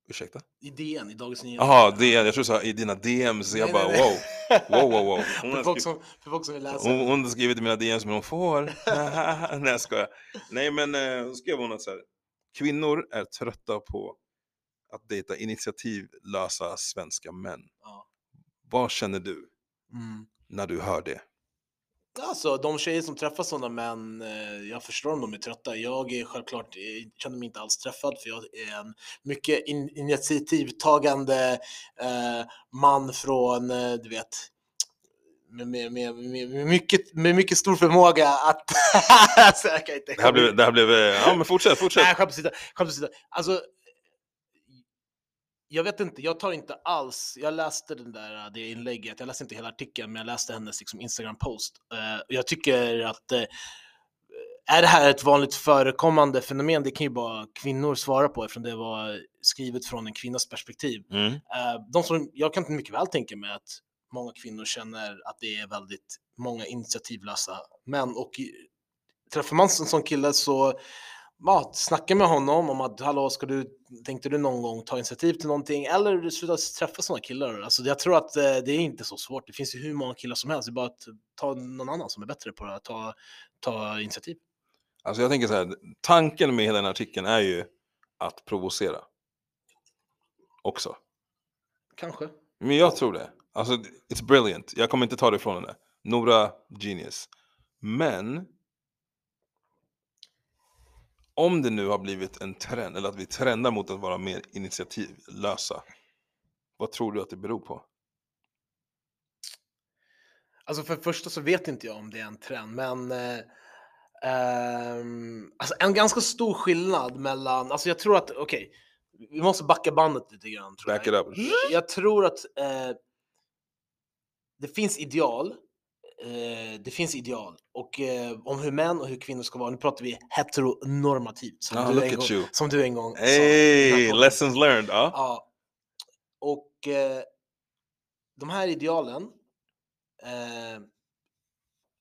A: ursäkta?
B: Idén i Dagens Nyheter.
A: Jaha, det, jag tror du sa i dina DMs, jag
B: Nej,
A: bara
B: nej, Alltså.
A: wow.
B: nej.
A: Wow, wow, wow. Hon
B: [LAUGHS] För
A: har
B: folk,
A: skrivit,
B: som, för folk som vill läsa.
A: hon, hon har skrivit i mina DMs, men hon får. [LAUGHS] Nej, jag skojar. Nej, men eh, då skrev hon att så här, kvinnor är trötta på att dejta initiativlösa svenska män.
B: Ja.
A: Vad känner du
B: Mm.
A: när du hör det?
B: Alltså de tjejer som träffar sådana män, eh, jag förstår om de är trötta. Jag är självklart, eh, känner mig inte alls träffad för jag är en mycket in, initiativtagande eh, man från, eh, du vet, med, med, med, med, med, mycket, med mycket stor förmåga att... [LAUGHS] alltså, jag kan inte
A: Det här blev, det här blev, eh, ja men fortsätt, fortsätt.
B: Nej, skämt åsido. Skämt åsido. Alltså, jag vet inte, jag tar inte alls, jag läste den där, äh, det inlägget, jag läste inte hela artikeln, men jag läste hennes liksom, Instagram-post. Eh, och jag tycker att eh, är det här ett vanligt förekommande fenomen? Det kan ju bara kvinnor svara på eftersom det var skrivet från en kvinnas perspektiv.
A: Mm.
B: Eh, de som, jag kan mycket väl tänka mig att många kvinnor känner att det är väldigt många initiativlösa män och i- träffar man en sån kille så ja, snacka med honom om att hallå, ska du, tänkte du någon gång ta initiativ till någonting eller sluta träffa såna killar? Alltså, jag tror att eh, det är inte så svårt. Det finns ju hur många killar som helst. Det är bara att ta någon annan som är bättre på det här. Ta, ta initiativ.
A: Alltså jag tänker så här, tanken med hela den här artikeln är ju att provocera. Också.
B: Kanske.
A: Men jag tror det. Alltså, it's brilliant. Jag kommer inte ta det ifrån henne. Nora, genius. Men, om det nu har blivit en trend, eller att vi trendar mot att vara mer initiativlösa, vad tror du att det beror på?
B: Alltså för det första så vet inte jag om det är en trend, men eh, ehm, alltså en ganska stor skillnad mellan, alltså jag tror att, okej, vi måste backa bandet lite grann. Tror
A: Back
B: jag.
A: it up.
B: jag tror att eh, det finns ideal. Eh, det finns ideal och, eh, om hur män och hur kvinnor ska vara. Nu pratar vi heteronormativt som,
A: Ah,
B: du,
A: look
B: en
A: at
B: gång,
A: you.
B: som du en gång
A: Hey,
B: sa.
A: lessons learned. Ja.
B: Ja. Och eh, de här idealen eh,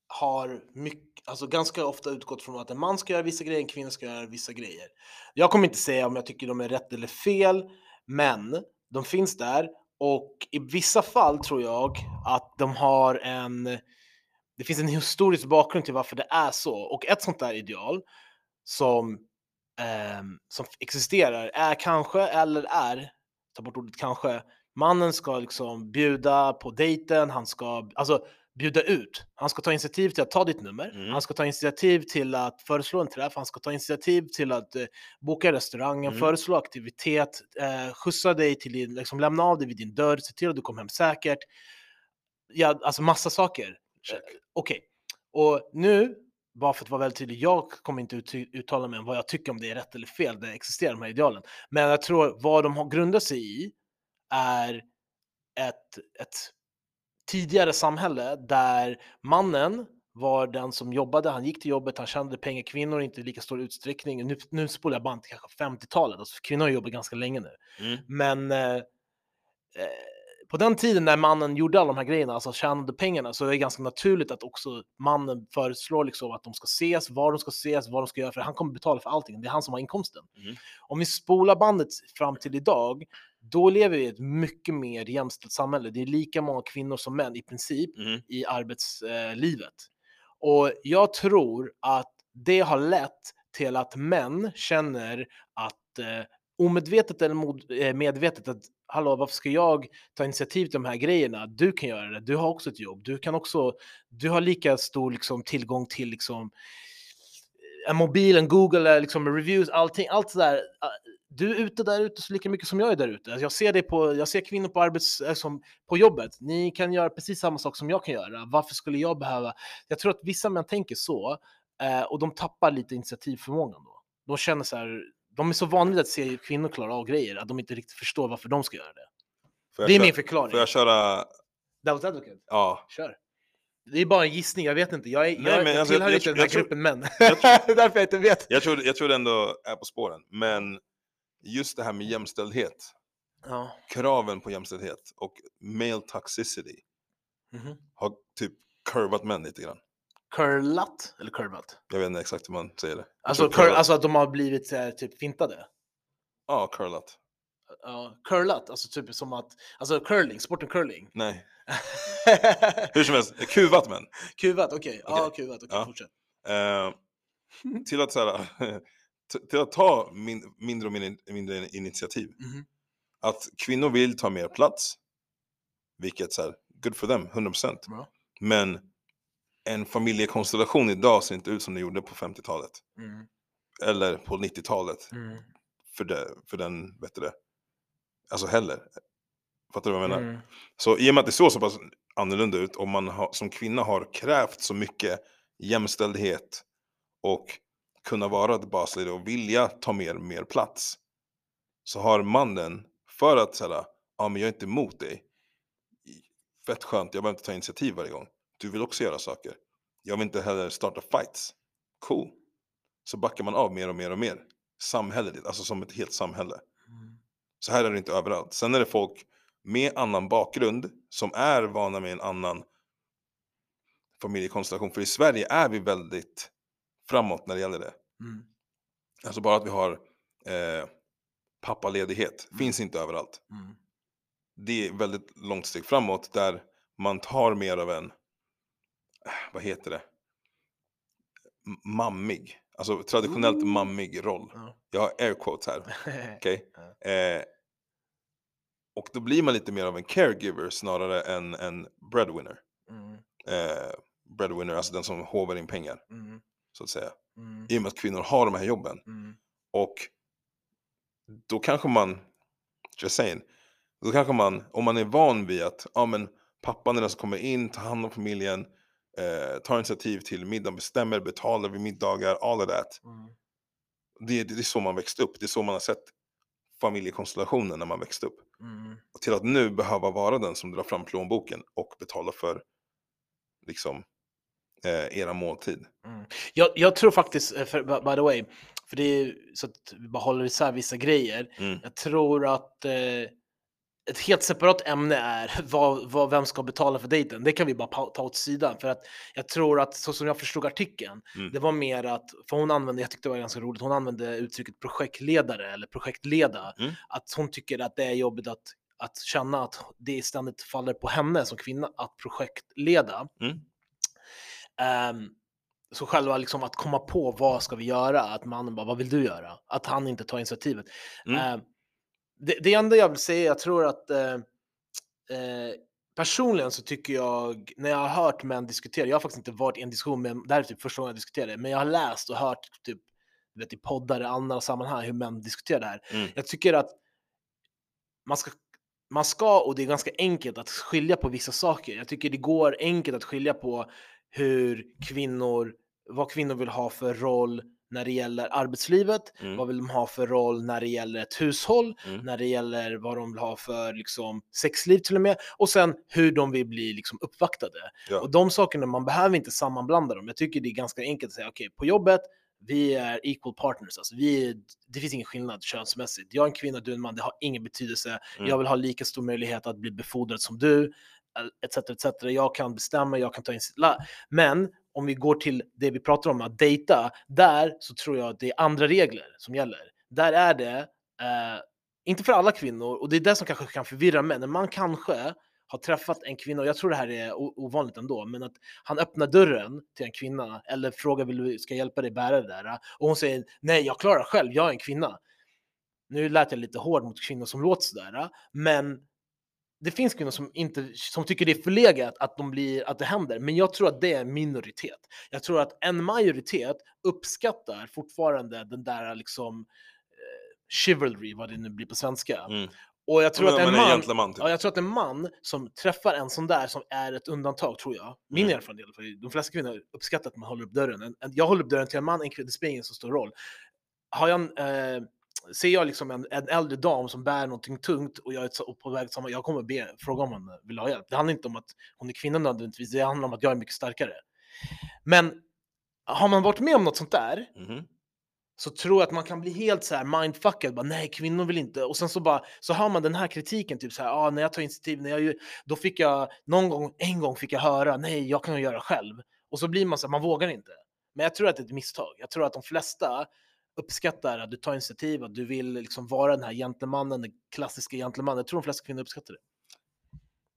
B: har mycket, alltså ganska ofta utgått från att en man ska göra vissa grejer, en kvinna ska göra vissa grejer. Jag kommer inte säga om jag tycker de är rätt eller fel, men de finns där och i vissa fall tror jag att de har en det finns en historisk bakgrund till varför det är så. Och ett sånt där ideal som, ehm, som existerar är kanske, eller är, ta bort ordet kanske, mannen ska liksom bjuda på dejten, han ska alltså, bjuda ut. Han ska ta initiativ till att ta ditt nummer,
A: Mm.
B: han ska ta initiativ till att föreslå en träff, han ska ta initiativ till att eh, boka restaurangen,
A: Mm.
B: föreslå aktivitet, eh, skjutsa dig till din, liksom lämna av dig vid din dörr, se till att du kommer hem säkert. Ja, alltså massa saker.
A: Check.
B: Okej, och nu, bara för att vara väldigt tydlig, jag kommer inte ut- uttala mig om vad jag tycker om det är rätt eller fel, det existerar de här idealen. Men jag tror vad de har grundat sig i är ett, ett tidigare samhälle där mannen var den som jobbade, han gick till jobbet, han tjänade pengar, kvinnor inte i lika stor utsträckning. Nu, nu spolar jag band till kanske 50-talet, alltså kvinnor har jobbat ganska länge nu.
A: Mm.
B: Men eh, eh, på den tiden när mannen gjorde alla de här grejerna, alltså tjänade pengarna, så är det ganska naturligt att också mannen föreslår liksom att de ska ses, var de ska ses, vad de ska göra, för han kommer betala för allting. Det är han som har inkomsten.
A: Mm.
B: Om vi spolar bandet fram till idag, då lever vi i ett mycket mer jämställt samhälle. Det är lika många kvinnor som män i princip
A: Mm.
B: i arbetslivet. Och jag tror att det har lett till att män känner att eh, omedvetet eller mod, eh, medvetet att hallå, varför ska jag ta initiativ till de här grejerna? Du kan göra det. Du har också ett jobb. Du kan också. Du har lika stor liksom, tillgång till liksom en mobil, en Google, eh, liksom reviews, allting, allt sådär. Eh, Du är ute där ute så lika mycket som jag är där ute. Alltså, Jag ser det på, jag ser kvinnor på arbets, eh, som på jobbet. Ni kan göra precis samma sak som jag kan göra. Varför skulle jag behöva? Jag tror att vissa män tänker så eh, och de tappar lite initiativförmågan då. De känner så här, de är så vana vid att se kvinnor klara av grejer att de inte riktigt förstår varför de ska göra det.
A: Får jag
B: det är
A: köra-
B: min förklaring.
A: Får jag köra?
B: Devil's advocate.
A: Ja.
B: Kör. Det är bara en gissning, jag vet inte. Jag, är,
A: Nej,
B: jag,
A: men
B: jag
A: alltså,
B: tillhör
A: jag-
B: inte
A: jag
B: den här
A: tror-
B: gruppen män.
A: jag
B: [LAUGHS] Därför jag inte vet.
A: Jag tror, jag tror det ändå är på spåren. Men just det här med jämställdhet,
B: Ja.
A: kraven på jämställdhet och male toxicity
B: Mhm.
A: har typ curvat män lite grann.
B: Curlat eller curvat?
A: Jag vet inte exakt hur man säger det. Jag
B: Alltså,
A: tror
B: cur,
A: curlat.
B: alltså att de har blivit så här, typ fintade.
A: Ja, curlat.
B: Ja, curlat, alltså typ som att, alltså curling, sporten curling.
A: Nej, hur som helst, kuvat män.
B: [LAUGHS] kuvat, okej. Ja,
A: Okej.
B: kuvat, okej,
A: Ja.
B: fortsätt.
A: Eh, till att så här, [LAUGHS] t- till att ta min, mindre och mindre, mindre initiativ.
B: Mhm.
A: Att kvinnor vill ta mer plats, vilket så här, good for them, 100%.
B: Bra.
A: Men en familjekonstellation idag ser inte ut som det gjorde på 50-talet.
B: Mm,
A: Eller på 90-talet,
B: mm,
A: för, det, för den, vet du det? Alltså heller. Fattar du vad jag menar?
B: mm.
A: Så i och med att det såg så pass annorlunda ut och man har, som kvinna har krävt så mycket jämställdhet och kunna vara ett basledare och vilja ta mer, mer plats. Så har mannen, för att säga, ja men jag är inte emot dig. Fett skönt, jag behöver inte ta initiativ varje gång. Du vill också göra saker. Jag vill inte heller starta fights. Cool. Så backar man av mer och mer och mer. Samhälleligt, alltså som ett helt samhälle.
B: Mm.
A: Så här är det inte överallt. Sen är det folk med annan bakgrund som är vana med en annan familjekonstellation. För i Sverige är vi väldigt framåt när det gäller det.
B: Mm.
A: Alltså bara att vi har eh, pappaledighet finns inte överallt.
B: Mm.
A: Det är väldigt långt steg framåt där man tar mer av en, eh, vad heter det, M- mammig, alltså traditionellt
B: Ooh.
A: mammig roll.
B: Mm. Ja.
A: Jag har air quotes här. Okej. Eh, och då blir man lite mer av en caregiver snarare än en breadwinner.
B: Mm,
A: Eh, breadwinner, alltså den som hovar in pengar,
B: mm,
A: så att säga.
B: mm,
A: I och med att kvinnor har de här jobben.
B: mm.
A: Och då kanske man, just saying, då kanske man, om man är van vid att, ja men Pappan är den som kommer in, tar hand om familjen, eh, tar initiativ till middagen, bestämmer, betalar vid middagar, all of that.
B: Mm.
A: Det, det, det är så man växte upp. Det är så man har sett familjekonstellationen när man växte upp.
B: Mm.
A: Och till att nu behöva vara den som drar fram plånboken och betalar för liksom eh, era måltid.
B: [LAUGHS] Jag, jag tror faktiskt, eh, för, by by the way, för det är ju så att vi bara håller isär vissa grejer.
A: Mm.
B: [LAUGHS] Jag tror att eh, ett helt separat ämne är [LAUGHS] vad, vad, vem ska betala för dejten. Det kan vi bara pa- ta åt sidan. För att jag tror att så som jag förstod artikeln,
A: Mm.
B: det var mer att, för hon använde, jag tyckte det var ganska roligt, hon använde uttrycket projektledare eller projektleda.
A: Mm.
B: Att hon tycker att det är jobbigt att, att känna att det ständigt faller på henne som kvinna att projektleda.
A: Mm.
B: Ehm, så själva liksom att komma på vad ska vi göra, att mannen bara vad vill du göra? Att han inte tar initiativet.
A: Mm.
B: Ehm, det, det enda jag vill säga, jag tror att eh, eh, personligen så tycker jag, när jag har hört män diskutera, jag har faktiskt inte varit i en diskussion med, det här är typ första gången jag diskuterar det, men jag har läst och hört typ du vet, i poddar i andra sammanhang hur män diskuterar det här.
A: Mm.
B: Jag tycker att man ska, man ska, och det är ganska enkelt, att skilja på vissa saker. Jag tycker det går enkelt att skilja på hur kvinnor, vad kvinnor vill ha för roll när det gäller arbetslivet,
A: Mm.
B: vad vill de ha för roll när det gäller ett hushåll,
A: Mm.
B: när det gäller vad de vill ha för liksom, sexliv till och med, och sen hur de vill bli liksom, uppvaktade.
A: Ja.
B: Och de sakerna, man behöver inte sammanblanda dem. Jag tycker det är ganska enkelt att säga, okej, på jobbet, vi är equal partners, alltså vi är, det finns ingen skillnad könsmässigt. Jag är en kvinna, du är en man, det har ingen betydelse.
A: Mm.
B: Jag vill ha lika stor möjlighet att bli befordrad som du, eh, etc. etc. Jag kan bestämma, jag kan ta in... la- Men om vi går till det vi pratar om, att dejta, där så tror jag att det är andra regler som gäller. Där är det, eh, inte för alla kvinnor, och det är det som kanske kan förvirra män, men man kanske har träffat en kvinna, och jag tror det här är o- ovanligt ändå, men att han öppnar dörren till en kvinna eller frågar vill du, ska jag hjälpa dig bära det där? Och hon säger nej, jag klarar själv, jag är en kvinna. Nu lät jag lite hård mot kvinnor som låter sådär, men det finns kvinnor som, inte, som tycker det är förlegat att, de blir, att det händer, men jag tror att det är en minoritet. Jag tror att en majoritet uppskattar fortfarande den där liksom eh, chivalry, vad det nu blir på svenska.
A: Mm.
B: Och jag tror
A: Men-
B: att en
A: men en
B: man,
A: gentleman typ.
B: ja, jag tror att en man som träffar en sån där som är ett undantag, tror jag. Min
A: Mm.
B: erfarenhet i alla fall. De flesta kvinnor uppskattar att man håller upp dörren. En, en, jag håller upp dörren till en man, en kvinna, det spelar ingen så stor roll. Har jag en, eh, ser jag liksom en, en äldre dam som bär någonting tungt och jag är så- på väg samma, jag kommer be, fråga om hon vill ha hjälp. Det handlar inte om att hon är kvinna nödvändigtvis, det handlar om att jag är mycket starkare. Men har man varit med om något sånt där,
A: Mhm.
B: så tror jag att man kan bli helt så här mindfuckad, bara nej kvinnor vill inte och sen så bara så hör man den här kritiken typ så här, ah, när jag tar initiativ, när jag ju, då fick jag någon gång, en gång fick jag höra nej jag kan ju göra själv och så blir man så här, man vågar inte. Men jag tror att det är ett misstag. Jag tror att de flesta uppskattar att du tar initiativ, att du vill liksom vara den här gentlemannen, den klassiska gentlemannen. Jag tror de flesta kvinnor uppskattar det.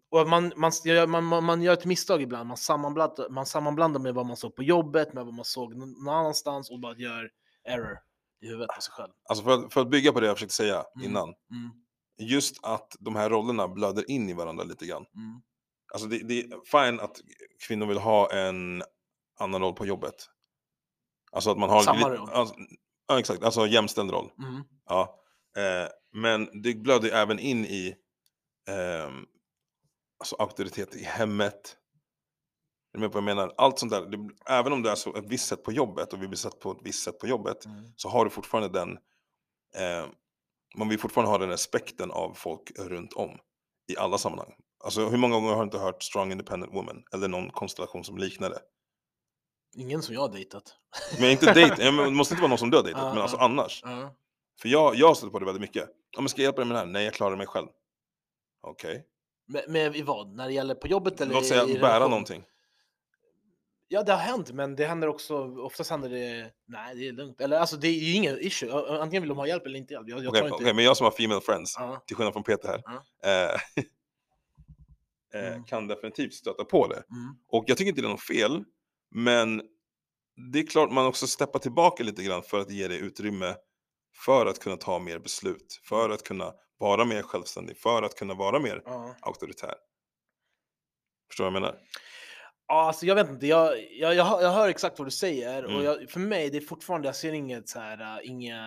B: Och man, man, man, man, man gör ett misstag ibland, man sammanblandar, man sammanblandar med vad man såg på jobbet, med vad man såg någon annanstans och bara gör error i huvudet på sig själv.
A: Alltså för, att, för att bygga på det jag försökte säga
B: Mm.
A: innan.
B: Mm,
A: Just att de här rollerna blöder in i varandra lite grann.
B: mm,
A: Alltså det, det är fine att kvinnor vill ha en annan roll på jobbet. Alltså att man har...
B: Samma
A: lite-
B: roll.
A: Alltså, ja, exakt. Alltså jämställd roll.
B: mm,
A: Ja. Eh, men det blöder ju även in i ehm, alltså auktoritet i hemmet. Är du med på vad jag menar? Allt sånt där. Det, även om det är så ett visst sätt på jobbet och vi blir sett på ett visst sätt på jobbet
B: mm.
A: så har du fortfarande den, eh, man vill fortfarande ha den respekten av folk runt om i alla sammanhang. Alltså hur många gånger har du inte hört strong independent woman eller någon konstellation som liknar det?
B: Ingen som jag har dejtat.
A: Men inte
B: [LAUGHS]
A: dejt, ja, men det måste inte vara någon som du har
B: Ja,
A: dejtat, men alltså
B: ja.
A: annars.
B: Ja.
A: För jag, jag har stött på det väldigt mycket. Ja, men ska jag hjälpa dig med det här? Nej, jag klarar mig själv. Okej.
B: Med, med i vad? När det gäller på jobbet eller
A: Låt
B: i-
A: säga
B: i
A: bära
B: relation?
A: någonting.
B: Ja, det har hänt, men det händer också, oftast händer det, nej det är lugnt. Eller alltså det är ju ingen issue, Ö- antingen vill de ha hjälp eller inte hjälp. Jag, jag
A: Okej,
B: tar inte...
A: okej, men jag som har female friends,
B: Ja,
A: till skillnad från Peter här,
B: Ja.
A: eh, eh,
B: Mm.
A: kan definitivt stöta på det.
B: mm,
A: Och jag tycker inte det är något fel, men det är klart man också steppar tillbaka lite grann för att ge det utrymme för att kunna ta mer beslut, för att kunna vara mer självständig, för att kunna vara mer
B: ja.
A: auktoritär. Förstår du vad jag menar?
B: Ja, alltså jag vet inte, jag, jag, jag, hör, jag hör exakt vad du säger
A: Mm.
B: och jag, för mig det är fortfarande, jag ser inget så här, äh, mm, inget,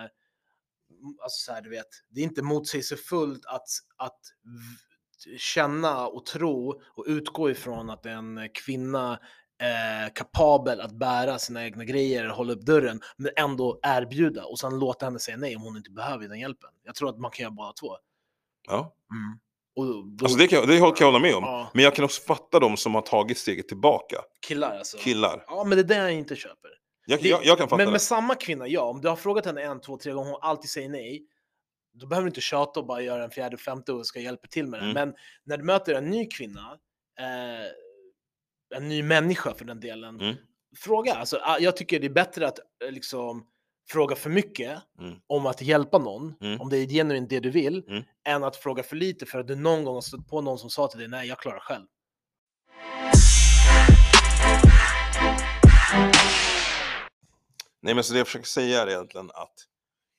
B: alltså så här, du vet, det är inte motsägelsefullt att, att v- känna och tro och utgå ifrån att en kvinna är kapabel att bära sina egna grejer, hålla upp dörren, men ändå erbjuda och sen låta henne säga nej om hon inte behöver den hjälpen. Jag tror att man kan göra båda två.
A: Ja.
B: Mm. Och då,
A: Alltså det kan, jag- det kan jag hålla med om.
B: ja,
A: Men jag kan också fatta de som har tagit steget tillbaka.
B: killar alltså.
A: Killar.
B: Ja, men det är det jag inte köper.
A: Jag,
B: Det-
A: jag, jag kan fatta
B: Men
A: det.
B: med samma kvinna, ja, om du har frågat henne en, två, tre gånger och hon alltid säger nej, då behöver du inte tjata och bara göra en fjärde, femte och ska hjälpa till med det.
A: Mm.
B: Men när du möter en ny kvinna, eh, en ny människa för den delen,
A: Mm.
B: fråga. Alltså, ah, jag tycker det är bättre att eh, liksom, fråga för mycket
A: Mm.
B: om att hjälpa någon,
A: Mm.
B: om det är genuint det du vill,
A: Mm.
B: än att fråga för lite för att du någon gång har stött på någon som sa till dig nej, jag klarar själv.
A: Nej men så det jag försöker säga är egentligen att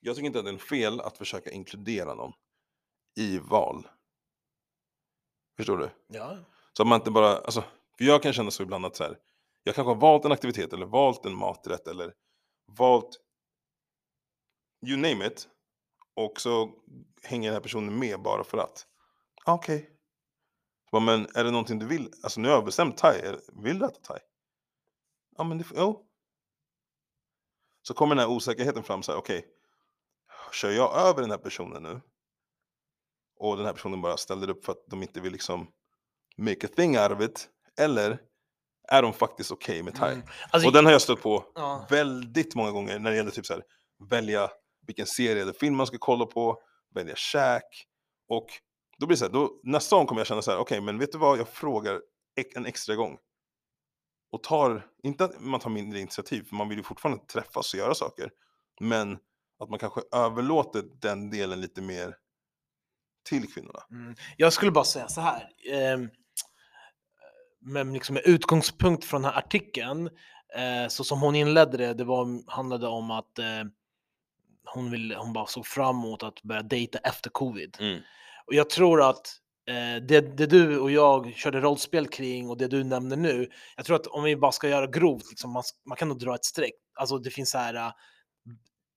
A: jag tycker inte att det är en fel att försöka inkludera någon i val. Förstår du?
B: Ja.
A: Så att man inte bara, alltså, för jag kan känna så ibland att så här, jag kanske har valt en aktivitet eller valt en maträtt eller valt you name it och så hänger den här personen med bara för att. Ah, Okej. Så bara, Men är det någonting du vill? Alltså nu har jag bestämt thai, Är- vill du äta thai? Ja men det får, jo. Så kommer den här osäkerheten fram så här, okej. Kör jag över den här personen nu? Och den här personen bara ställer upp för att de inte vill liksom make a thing out of it. Eller är de faktiskt okej med thai?
B: Mm. Alltså,
A: och den har jag stött på
B: ja.
A: väldigt många gånger när det gäller typ så här, välja vilken serie eller film man ska kolla på, välja käk. Och då blir det så här, då, nästa gång kommer jag känna så här, okej men vet du vad, jag frågar ek- en extra gång. Och tar, inte att man tar mindre initiativ, för man vill ju fortfarande träffas och göra saker. Men att man kanske överlåter den delen lite mer till kvinnorna.
B: Mm. Jag skulle bara säga så här. ehm, men liksom med utgångspunkt från den här artikeln, eh, så som hon inledde det, det var, handlade om att eh, hon, vill, hon bara såg fram emot att börja dejta efter covid.
A: Mm.
B: Och jag tror att eh, det, det du och jag körde rollspel kring och det du nämner nu, jag tror att om vi bara ska göra grovt, liksom, man, man kan nog dra ett streck. Alltså det finns så här eh,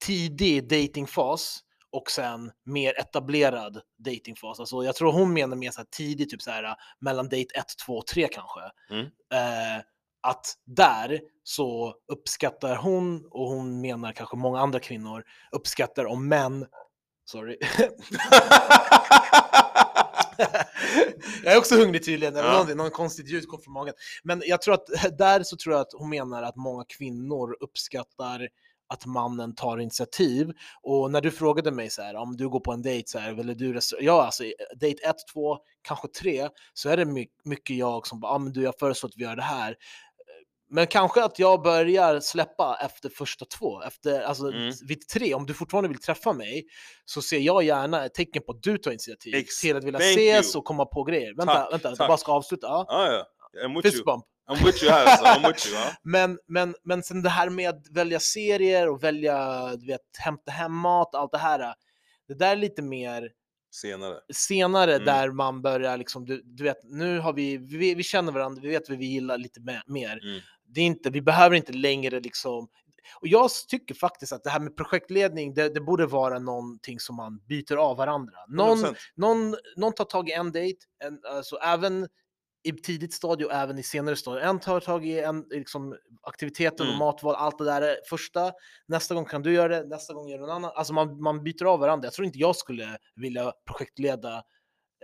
B: tidig datingfas och sen mer etablerad datingfas. Alltså jag tror hon menar mer så här tidig, typ så här eh, mellan date 1, 2 och 3 kanske.
A: Mm.
B: Eh, att där så uppskattar hon, och hon menar kanske många andra kvinnor, uppskattar om män, sorry, [LAUGHS] jag är också hungrig tydligen, eller
A: Ja.
B: någonting, någon konstigt ljud kom från magen. Men jag tror att [LAUGHS] där så tror jag att hon menar att många kvinnor uppskattar att mannen tar initiativ. Och när du frågade mig så här, om du går på en dejt, så här, eller du res- ja alltså dejt 1, 2, kanske 3, så är det my- mycket jag som bara, ah, men du jag föreslår att vi gör det här. Men kanske att jag börjar släppa efter första två, efter, alltså
A: Mm.
B: vid tre, om du fortfarande vill träffa mig så ser jag gärna ett tecken på att du tar initiativ
A: Ex-
B: till att vilja
A: thank
B: ses
A: you.
B: och komma på grejer. Vänta,
A: Tack,
B: vänta, jag
A: tack.
B: bara ska avsluta. Ja.
A: Ah, ja, I'm with
B: Fist
A: you.
B: bump.
A: I'm with you här alltså, I'm with
B: [LAUGHS]
A: you. ja.
B: Men, men, men sen det här med att välja serier och välja, du vet, hämta hem mat, allt det här. Det där är lite mer
A: Senare.
B: senare
A: Mm.
B: där man börjar liksom, du, du vet, nu har vi, vi, vi känner varandra, vi vet vad vi gillar lite me- mer.
A: Mm.
B: Det är inte, vi behöver inte längre liksom, och jag tycker faktiskt att det här med projektledning, det, det borde vara någonting som man byter av varandra. Någon,
A: 100%.
B: någon, någon tar tag i en dejt, en, alltså även i tidigt stadie och även i senare stadie. En tar tag i en, i liksom, aktiviteten och
A: Mm.
B: matval, allt det där är första. Nästa gång kan du göra det, nästa gång gör någon annan. Alltså man, man byter av varandra. Jag tror inte jag skulle vilja projektleda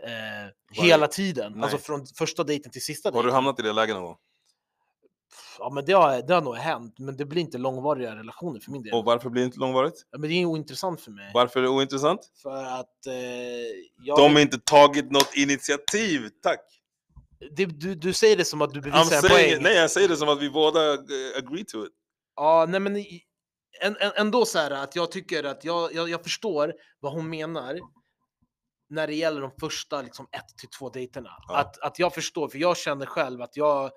B: eh, hela tiden, alltså
A: Nej.
B: från första dejten till sista
A: Har
B: dejten.
A: du hamnat i det läget någon gång?
B: Ja, men det, har, det har nog hänt, men det blir inte långvariga relationer för min del.
A: Och varför blir det inte långvarigt?
B: Ja, Men det är ointressant för mig.
A: Varför är det ointressant?
B: För att eh, jag...
A: De har inte tagit något initiativ, tack!
B: det, du, du säger det som att du
A: I'm
B: bevisar en
A: saying,
B: poäng.
A: nej, jag säger Alltså, det som att vi båda eh, agree to it.
B: Ja, nej men i- en, en, ändå så här att jag tycker att jag, jag, jag förstår vad hon menar när det gäller de första liksom, ett till två dejterna.
A: Ja.
B: Att, att jag förstår, för jag känner själv att jag eh,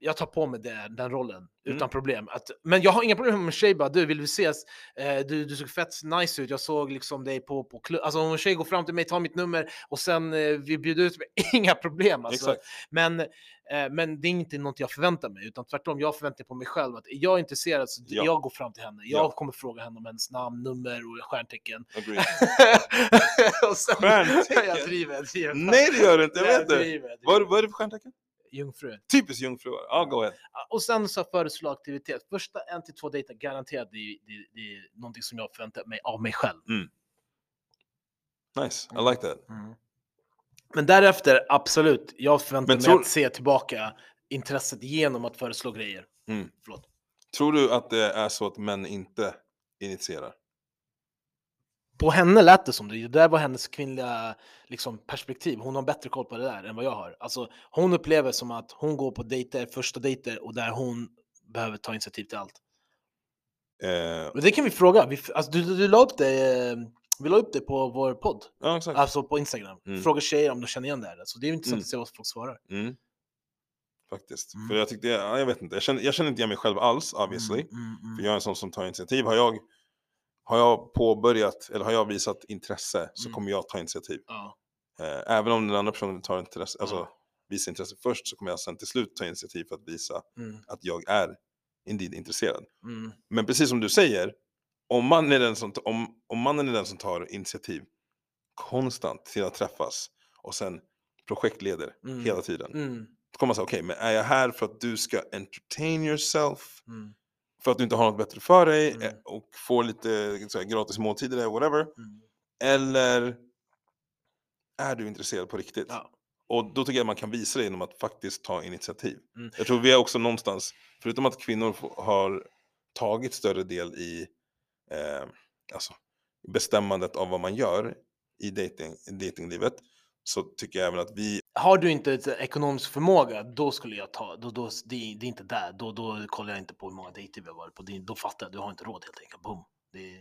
B: jag tar på mig det, den rollen
A: Mm.
B: utan problem. Att, men jag har inga problem med om en tjej bara, du vill vi ses? Eh, du, du såg fett nice ut, jag såg liksom dig på, på klubb. Alltså om en tjej går fram till mig, tar mitt nummer och sen eh, vi bjuder ut mig, [LAUGHS] inga problem. Alltså. [LAUGHS]
A: Exakt.
B: Men, eh, men det är inte något jag förväntar mig, utan tvärtom, jag förväntar mig på mig själv att är jag är intresserad så
A: Ja.
B: jag går fram till henne. Jag
A: Ja.
B: kommer fråga henne om hennes namn, nummer och stjärntecken.
A: Agreed.
B: [LAUGHS] och sen,
A: Stjärntecken?
B: jag driver, jag driver.
A: Nej det gör det inte, jag
B: Jag
A: vet det.
B: driver, jag driver.
A: Vad, vad är det för stjärntecken?
B: Jungfru.
A: Typiskt jungfruar. Ja, go ahead.
B: Och sen så föreslå aktivitet. Första en till två dejter garanterat det, är- det, är- det är någonting som jag förväntar mig av mig själv.
A: Nice, I like that.
B: Mm. Men därefter, absolut, jag förväntar
A: Men
B: mig
A: tror-
B: att se tillbaka intresset genom att föreslå grejer.
A: Mm.
B: Förlåt.
A: Tror du att det är så att män inte initierar?
B: På henne lät det som det, det där var hennes kvinnliga liksom, perspektiv. Hon har bättre koll på det där än vad jag har. Alltså, hon upplever som att hon går på dejter, första dejter och där hon behöver ta initiativ till allt.
A: Eh,
B: Men det kan vi fråga. Vi, alltså, du, du, du la upp det, eh, vi la upp det på vår podd.
A: ja, exakt.
B: Alltså på Instagram.
A: Mm.
B: Fråga tjejer om de känner igen det här. Så det är ju intressant
A: Mm.
B: att se vad folk svarar.
A: Mm. Faktiskt.
B: Mm.
A: För jag tyckte, ja, jag vet inte, jag känner, jag känner inte igen mig själv alls obviously.
B: Mm, mm, mm.
A: För jag är en sån som tar initiativ. Har jag, har jag påbörjat, eller har jag visat intresse så
B: Mm.
A: kommer jag ta initiativ.
B: Ja.
A: Eh, även om den andra personen tar intresse, alltså
B: Mm.
A: visar intresse först så kommer jag sen till slut ta initiativ för att visa
B: Mm,
A: att jag är indeed intresserad.
B: mm,
A: Men precis som du säger, om mannen är den som, om, om mannen är den som tar initiativ konstant till att träffas och sen projektleder
B: Mm.
A: hela tiden.
B: mm,
A: Då kommer man säga, okej, men är jag här för att du ska entertain yourself?
B: mm,
A: För att du inte har något bättre för dig
B: Mm.
A: eh, och får lite så här, gratis måltider eller whatever?
B: mm.
A: Eller är du intresserad på riktigt?
B: Ja.
A: Och då tycker jag man kan visa det genom att faktiskt ta initiativ.
B: Mm.
A: Jag tror vi har också någonstans, förutom att kvinnor få- har tagit större del i eh, alltså, bestämmandet av vad man gör i dating, i datinglivet, så tycker jag även att vi,
B: Har du inte ett ekonomisk förmåga, då skulle jag ta, då, då, det, det är inte där, då, då kollar jag inte på hur många dejter vi har varit på, det, då fattar jag, du har inte råd helt enkelt, boom. Det,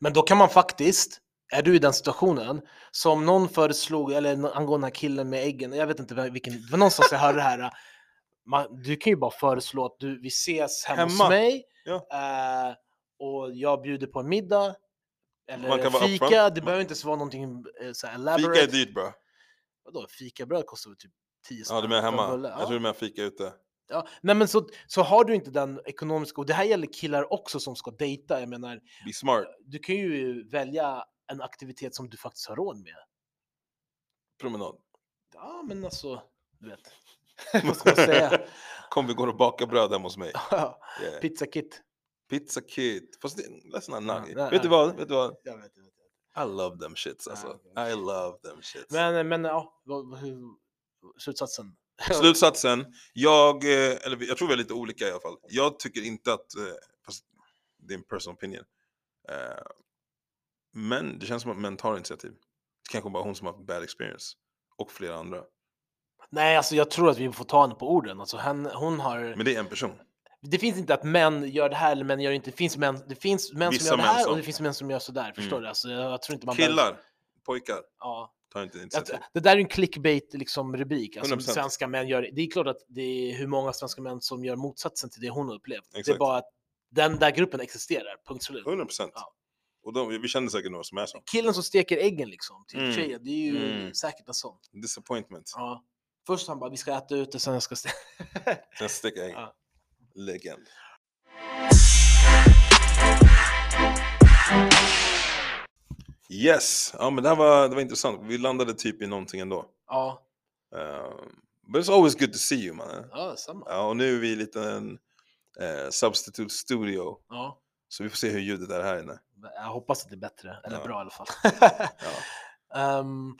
B: men då kan man faktiskt, är du i den situationen, som någon föreslog, eller nå- angående den här killen med äggen, jag vet inte vem- vilken, det var någonstans jag hörde det här, [LAUGHS] man, du kan ju bara föreslå att du, vi ses hemma,
A: Hemma.
B: hos mig,
A: Ja.
B: eh, och jag bjuder på en middag, eller
A: Man kan vara
B: fika,
A: upfront.
B: det behöver inte ens vara någonting eh, så här
A: fika är
B: elaborate.
A: dyrt bra.
B: Vadå, fikabröd kostar väl typ 10
A: Ja, du menar
B: för en
A: hemma?
B: bulle?
A: Jag tror du menar fika ute.
B: Ja, nej men så, så har du inte den ekonomiska, och det här gäller killar också som ska dejta, jag menar,
A: Be
B: [LAUGHS]
A: smart.
B: du kan ju välja en aktivitet som du faktiskt har råd med.
A: Promenad.
B: Ja, men alltså, du
A: [LAUGHS]
B: vet. Vad ska man säga?
A: Kom vi går och bakar bröd hemma hos mig. Yeah.
B: Pizza kit.
A: Pizza kit. Fast det, that's not
B: Ja,
A: nugget.
B: nej,
A: vet, du
B: nej.
A: vad? vet du vad?
B: Jag vet inte.
A: I love them shits alltså. I love them shits.
B: Men, men ja, vad, vad- hur, slutsatsen?
A: Slutsatsen, jag, eh, eller vi- jag tror vi är lite olika i alla fall. Jag tycker inte att, eh, fast det är en personal opinion. Eh, Men det känns som att män tar initiativ. Det kanske bara är hon som har haft bad experience. Och flera andra.
B: Nej, alltså jag tror att vi får ta henne på orden. Alltså, hen, hon har...
A: Men det är en person.
B: Det finns inte att män gör det här eller män gör inte. Det finns män, det finns män
A: Vissa
B: som gör det
A: män
B: här
A: som- Mm.
B: och det finns män som gör sådär. Förstår du? Alltså, jag, jag tror inte man behöver-
A: Killar, pojkar,
B: Ja.
A: tar inte
B: Att,
A: initiativ.
B: det där är en clickbait liksom, rubrik. Alltså,
A: 100%.
B: svenska män gör, det är klart att det är hur många svenska män som gör motsatsen till det hon har upplevt. Det är
A: Exakt.
B: bara att den där gruppen existerar, punkt slut.
A: 100%.
B: Ja.
A: Och de, vi känner säkert några som är så.
B: Killen som steker äggen liksom, till
A: Mm.
B: tjejen, det är ju
A: Mm.
B: säkert en sån.
A: Disappointment.
B: Ja. Först han bara, vi ska äta ute, sen jag ska steka.
A: Sen sticker jag in.
B: Ja.
A: Legend. Yes, ja, men det här var, det var intressant. Vi landade typ i någonting ändå.
B: [LAUGHS] ja.
A: Um, but it's always good to see you mannen.
B: ja, samma.
A: Ja, och nu är vi i en liten eh, substitute studio.
B: Ja.
A: Så vi får se hur ljudet är här inne.
B: Jag hoppas att det är bättre, eller
A: Ja.
B: bra i alla fall.
A: Ja.
B: [LAUGHS] Ehm,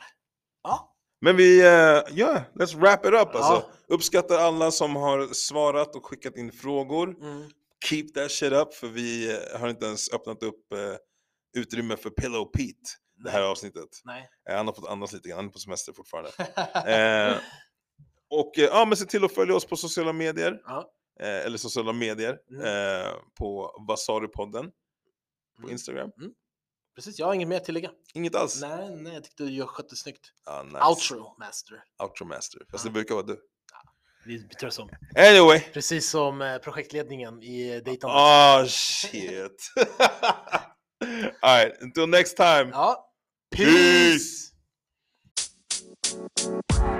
B: ja.
A: Men vi, eh, ja, let's wrap it up alltså.
B: Ja.
A: Uppskattar alla som har svarat och skickat in frågor.
B: Mm.
A: keep that shit up för vi eh, har inte ens öppnat upp eh, utrymme för Pillow Pete det här avsnittet.
B: Nej.
A: Eh, han har fått andas lite grann, han är på semester
B: [LAUGHS]
A: fortfarande. Eh, och eh, ja, men se till att följa oss på sociala medier,
B: ja.
A: eh, eller sociala medier,
B: Mm.
A: eh, på Vad sa du podden på
B: Mm.
A: Instagram.
B: Precis, jag har inget mer att tillägga.
A: Inget alls.
B: Nej, nej, jag tyckte du skötte snyggt.
A: Ah, nice.
B: Outro master.
A: Outro master. Fast
B: Ja.
A: det brukar vara du.
B: Vi byter oss om.
A: Anyway.
B: Precis som eh, projektledningen i Dayton.
A: Oh shit. [LAUGHS] All right. Until next time.
B: Ja.
A: Peace.
B: Peace.